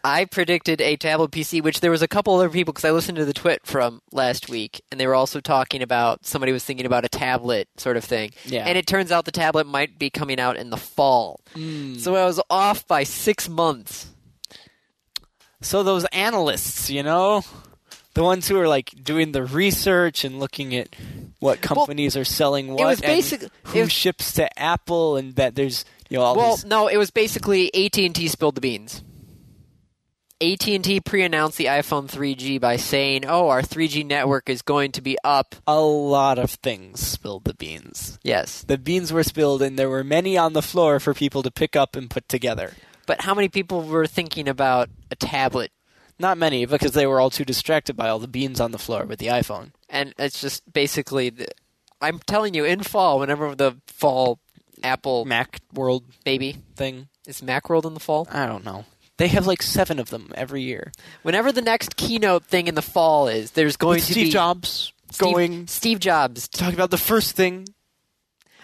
Speaker 1: I predicted a tablet PC, which there was a couple other people because I listened to the twit from last week, and they were also talking about somebody was thinking about a tablet sort of thing.
Speaker 3: Yeah.
Speaker 1: And it turns out the tablet might be coming out in the fall,
Speaker 3: Mm.
Speaker 1: so I was off by six months.
Speaker 3: So those analysts, you know, the ones who are like doing the research and looking at what companies are selling what,
Speaker 1: was
Speaker 3: and
Speaker 1: basic-
Speaker 3: who
Speaker 1: it was-
Speaker 3: ships to Apple, and that there's you know all
Speaker 1: Well,
Speaker 3: Oh, these.
Speaker 1: no, it was basically AT and T spilled the beans. AT and T pre-announced the iPhone 3G by saying, "Oh, our 3G network is going to be up."
Speaker 3: A lot of things spilled the beans.
Speaker 1: Yes,
Speaker 3: The beans were spilled, and there were many on the floor for people to pick up and put together.
Speaker 1: but how many people were thinking about a tablet?
Speaker 3: Not many, because they were all too distracted by all the beans on the floor with the iPhone.
Speaker 1: And it's just basically, the, I'm telling you, in fall, whenever the fall Apple
Speaker 3: Mac World
Speaker 1: maybe
Speaker 3: thing.
Speaker 1: is Macworld in the fall.
Speaker 3: I don't know. They have like seven of them every year.
Speaker 1: Whenever the next keynote thing in the fall is, there's going
Speaker 3: With
Speaker 1: to
Speaker 3: Steve
Speaker 1: be
Speaker 3: Jobs
Speaker 1: Steve-
Speaker 3: going
Speaker 1: Steve Jobs.
Speaker 3: talking about the first thing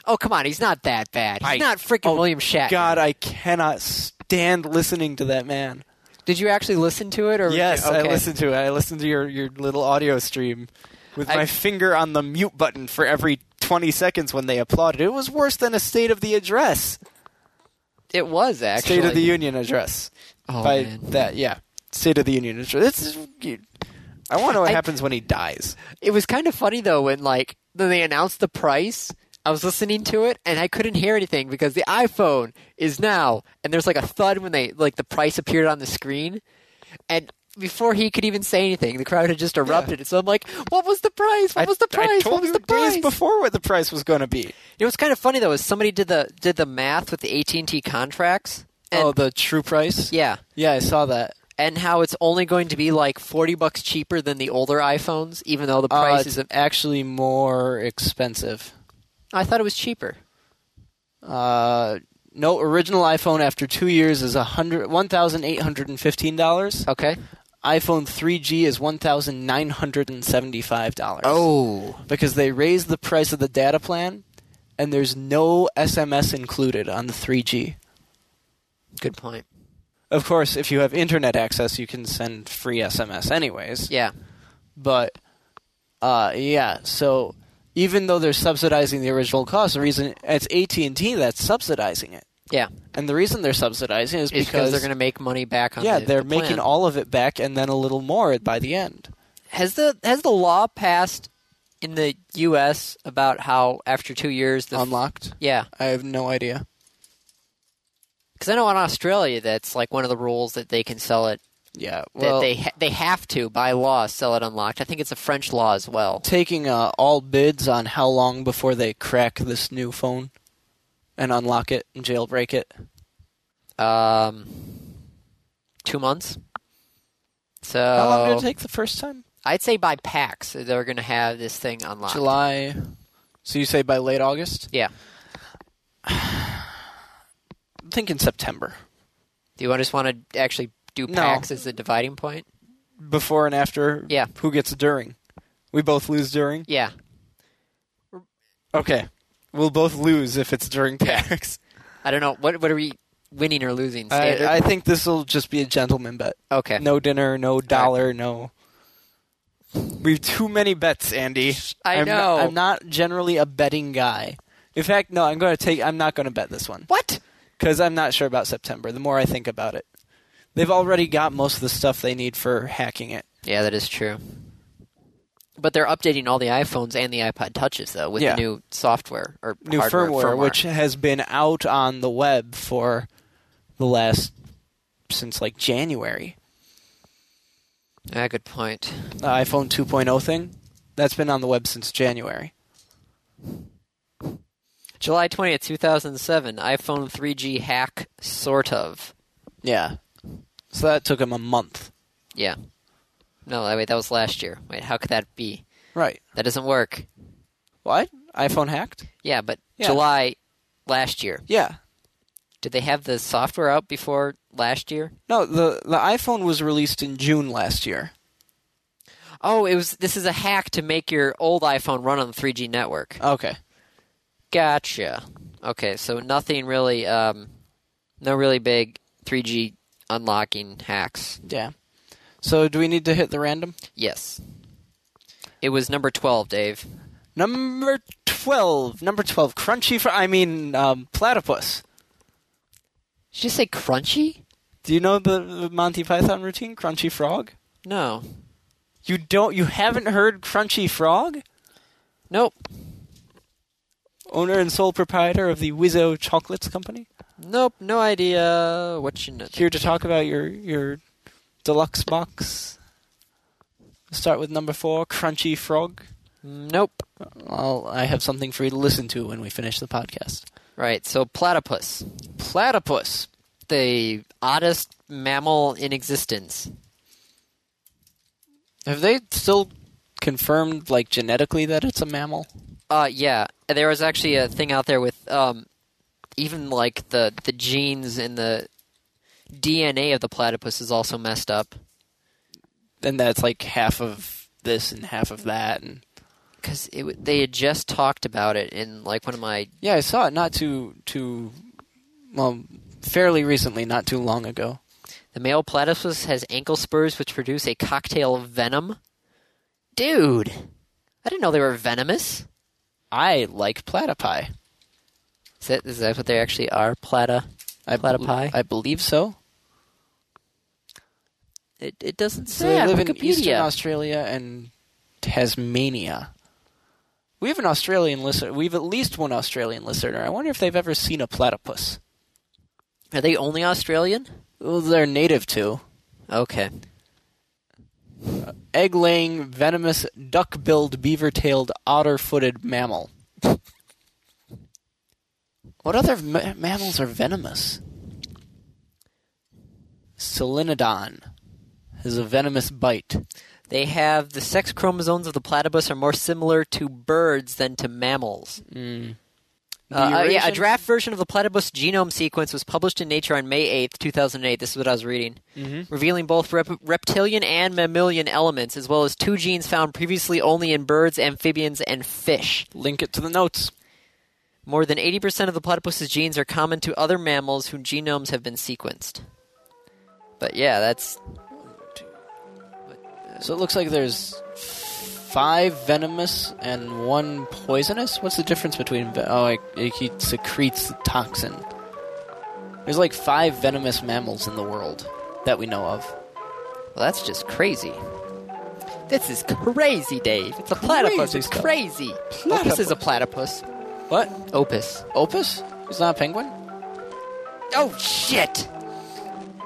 Speaker 1: Oh come on, he's not that bad. He's
Speaker 3: I-
Speaker 1: not freaking
Speaker 3: oh,
Speaker 1: William Shatner.
Speaker 3: God, I cannot stand listening to that man.
Speaker 1: Did you actually listen to it? Or
Speaker 3: Yes,
Speaker 1: okay.
Speaker 3: I listened to it. I listened to your, your little audio stream with
Speaker 1: I-
Speaker 3: my finger on the mute button for every 20 seconds when they applauded. It was worse than a State of the Address,
Speaker 1: It was actually
Speaker 3: State of the Union address.
Speaker 1: Oh,
Speaker 3: by
Speaker 1: man.
Speaker 3: that, yeah, State of the Union address. It's, I want to know what
Speaker 1: I-
Speaker 3: happens when he dies.
Speaker 1: It was kind of funny though when like when they announced the price. I was listening to it and I couldn't hear anything because the iPhone is now and there's like a thud when they like the price appeared on the screen and before he could even say anything the crowd had just erupted so I'm like what was the price what was the
Speaker 3: I,
Speaker 1: price
Speaker 3: I told
Speaker 1: what was
Speaker 3: you
Speaker 1: the price
Speaker 3: days before what the price was going to be.
Speaker 1: You know what's kind of funny though is somebody did the did the math with the AT&T contracts and
Speaker 3: oh, the true price.
Speaker 1: yeah
Speaker 3: yeah, I saw that.
Speaker 1: and how it's only going to be like 40 bucks cheaper than the older iPhones, even though the
Speaker 3: Uh,
Speaker 1: price
Speaker 3: it's
Speaker 1: is. A,
Speaker 3: actually more expensive.
Speaker 1: I thought it was cheaper.
Speaker 3: Uh, no, original iPhone after two years is a hundred one thousand eight hundred and fifteen dollars.
Speaker 1: Okay.
Speaker 3: iPhone 3G is one thousand nine hundred and seventy-five dollars.
Speaker 1: Oh.
Speaker 3: because they raised the price of the data plan, and there's no SMS included on the 3G.
Speaker 1: Good point.
Speaker 3: Of course, if you have internet access, you can send free SMS anyways.
Speaker 1: Yeah.
Speaker 3: But uh, yeah, so even though they're subsidizing the original cost, the reason it's AT and T that's subsidizing it.
Speaker 1: Yeah.
Speaker 3: And the reason they're subsidizing is
Speaker 1: It's because
Speaker 3: because
Speaker 1: they're going to make money back on.
Speaker 3: yeah
Speaker 1: the-
Speaker 3: they're
Speaker 1: the
Speaker 3: making
Speaker 1: plan.
Speaker 3: all of it back and then a little more by the end.
Speaker 1: Has the has the law passed in the U.S. about how after two years the
Speaker 3: Unlocked.
Speaker 1: yeah
Speaker 3: I have no idea.
Speaker 1: because I know in Australia that's like one of the rules that they can sell it
Speaker 3: Yeah,
Speaker 1: that
Speaker 3: well,
Speaker 1: they ha- they have to by law sell it unlocked. I think it's a French law as well.
Speaker 3: taking uh, all bids on how long before they crack this new phone and unlock it and jailbreak it.
Speaker 1: Um, two months. So
Speaker 3: How long did it take the first time?
Speaker 1: I'd say by packs they're going to have this thing unlocked.
Speaker 3: July. So you say by late August?
Speaker 1: Yeah.
Speaker 3: I'm thinking September.
Speaker 1: Do you just want to actually do
Speaker 3: No.
Speaker 1: packs as a dividing point?
Speaker 3: Before and after.
Speaker 1: Yeah.
Speaker 3: Who gets during? We both lose during.
Speaker 1: Yeah.
Speaker 3: Okay. We'll both lose if it's during [LAUGHS] PAX.
Speaker 1: I don't know what what are we winning or losing standard.
Speaker 3: I, I think this will just be a gentleman bet.
Speaker 1: okay,
Speaker 3: No dinner, no dollar, no. We have too many bets, Andy.
Speaker 1: I
Speaker 3: I'm-
Speaker 1: know.
Speaker 3: I'm not generally a betting guy. In fact, no, I'm going to take. I'm not going to bet this one
Speaker 1: what?
Speaker 3: because I'm not sure about September. The more I think about it, they've already got most of the stuff they need for hacking it.
Speaker 1: Yeah, that is true. But they're updating all the iPhones and the iPod touches though with
Speaker 3: Yeah.
Speaker 1: the new software or
Speaker 3: New
Speaker 1: hardware,
Speaker 3: firmware, which has been out on the web for the last since like January.
Speaker 1: ah, good point.
Speaker 3: The iPhone 2.0 thing that's been on the web since January.
Speaker 1: July twentieth, two thousand seven, iPhone three G hack, sort of.
Speaker 3: Yeah, so that took them a month.
Speaker 1: Yeah. No, wait, that was last year. Wait, how could that be?
Speaker 3: Right.
Speaker 1: That doesn't work.
Speaker 3: What? iPhone hacked?
Speaker 1: Yeah, but
Speaker 3: Yeah.
Speaker 1: July last year.
Speaker 3: Yeah.
Speaker 1: Did they have the software out before last year?
Speaker 3: No, the the iPhone was released in June last year.
Speaker 1: Oh, it was. This is a hack to make your old iPhone run on the 3G network.
Speaker 3: Okay.
Speaker 1: Gotcha. Okay, so nothing really, um, no really big 3G unlocking hacks.
Speaker 3: Yeah. So do we need to hit the random?
Speaker 1: Yes. It was number 12, Dave.
Speaker 3: Number 12. Number 12 crunchy for I mean um, platypus.
Speaker 1: Did you say crunchy?
Speaker 3: Do you know the, the Monty Python routine crunchy frog?
Speaker 1: No.
Speaker 3: You don't you haven't heard crunchy frog?
Speaker 1: Nope.
Speaker 3: Owner and sole proprietor of the Wizzo Chocolates Company?
Speaker 1: Nope. No idea. What you know?
Speaker 3: Here to talk about your your deluxe box. Start with number 4, crunchy frog.
Speaker 1: Nope.
Speaker 3: I'll, I have something for you to listen to when we finish the podcast.
Speaker 1: Right. So platypus,
Speaker 3: Platypus.
Speaker 1: the oddest mammal in existence.
Speaker 3: Have they still confirmed, like, genetically that it's a mammal?
Speaker 1: Uh, yeah. There was actually a thing out there with um, even like the the genes and the DNA of the platypus is also messed up
Speaker 3: And that's like half of this and half of that. And
Speaker 1: because it w- they had just talked about it in like one of my
Speaker 3: yeah, I saw it not too too well, fairly recently, not too long ago.
Speaker 1: the male platypus has ankle spurs which produce a cocktail of venom. Dude, I didn't know they were venomous.
Speaker 3: I like platypi.
Speaker 1: Is that, is that what they actually are? Plata.
Speaker 3: I
Speaker 1: Platypi?
Speaker 3: I believe so.
Speaker 1: It, it doesn't
Speaker 3: So
Speaker 1: say.
Speaker 3: they
Speaker 1: on
Speaker 3: live in
Speaker 1: Wikipedia.
Speaker 3: Eastern Australia and Tasmania. We have an Australian listener. We have at least one Australian listener. I wonder if they've ever seen a platypus.
Speaker 1: Are they only Australian?
Speaker 3: Well, they're native to
Speaker 1: Okay.
Speaker 3: egg-laying, venomous, duck-billed, beaver-tailed, otter-footed mammal. [LAUGHS] what other ma- mammals are venomous? Solenodon has a venomous bite.
Speaker 1: They have the sex chromosomes of the platypus are more similar to birds than to mammals.
Speaker 3: The
Speaker 1: Uh, uh, yeah, a
Speaker 3: Eurasian-
Speaker 1: draft version of the platypus genome sequence was published in Nature on May eighth, two 2008. This is what I was reading. Revealing both rep- reptilian and mammalian elements, as well as two genes found previously only in birds, amphibians, and fish.
Speaker 3: Link it to the notes.
Speaker 1: More than 80% of the platypus's genes are common to other mammals whose genomes have been sequenced. But yeah, that's
Speaker 3: So it looks like there's five venomous and one poisonous. What's the difference between? Ve- oh, it, it, he secretes the toxin. There's like five venomous mammals in the world that we know of.
Speaker 1: Well, that's just crazy. This is crazy, Dave. It's a platypus.
Speaker 3: Crazy
Speaker 1: It's
Speaker 3: stuff.
Speaker 1: crazy. Opus is a platypus.
Speaker 3: What?
Speaker 1: Opus.
Speaker 3: Opus? He's not a penguin.
Speaker 1: Oh shit!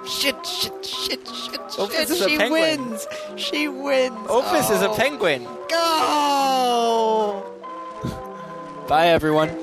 Speaker 1: Shit! Shit! Shit! Shit!
Speaker 3: Opus
Speaker 1: shit.
Speaker 3: is a
Speaker 1: she
Speaker 3: penguin.
Speaker 1: wins. She wins.
Speaker 3: Opus is a
Speaker 1: Oh.
Speaker 3: penguin.
Speaker 1: Go!
Speaker 3: Bye, everyone.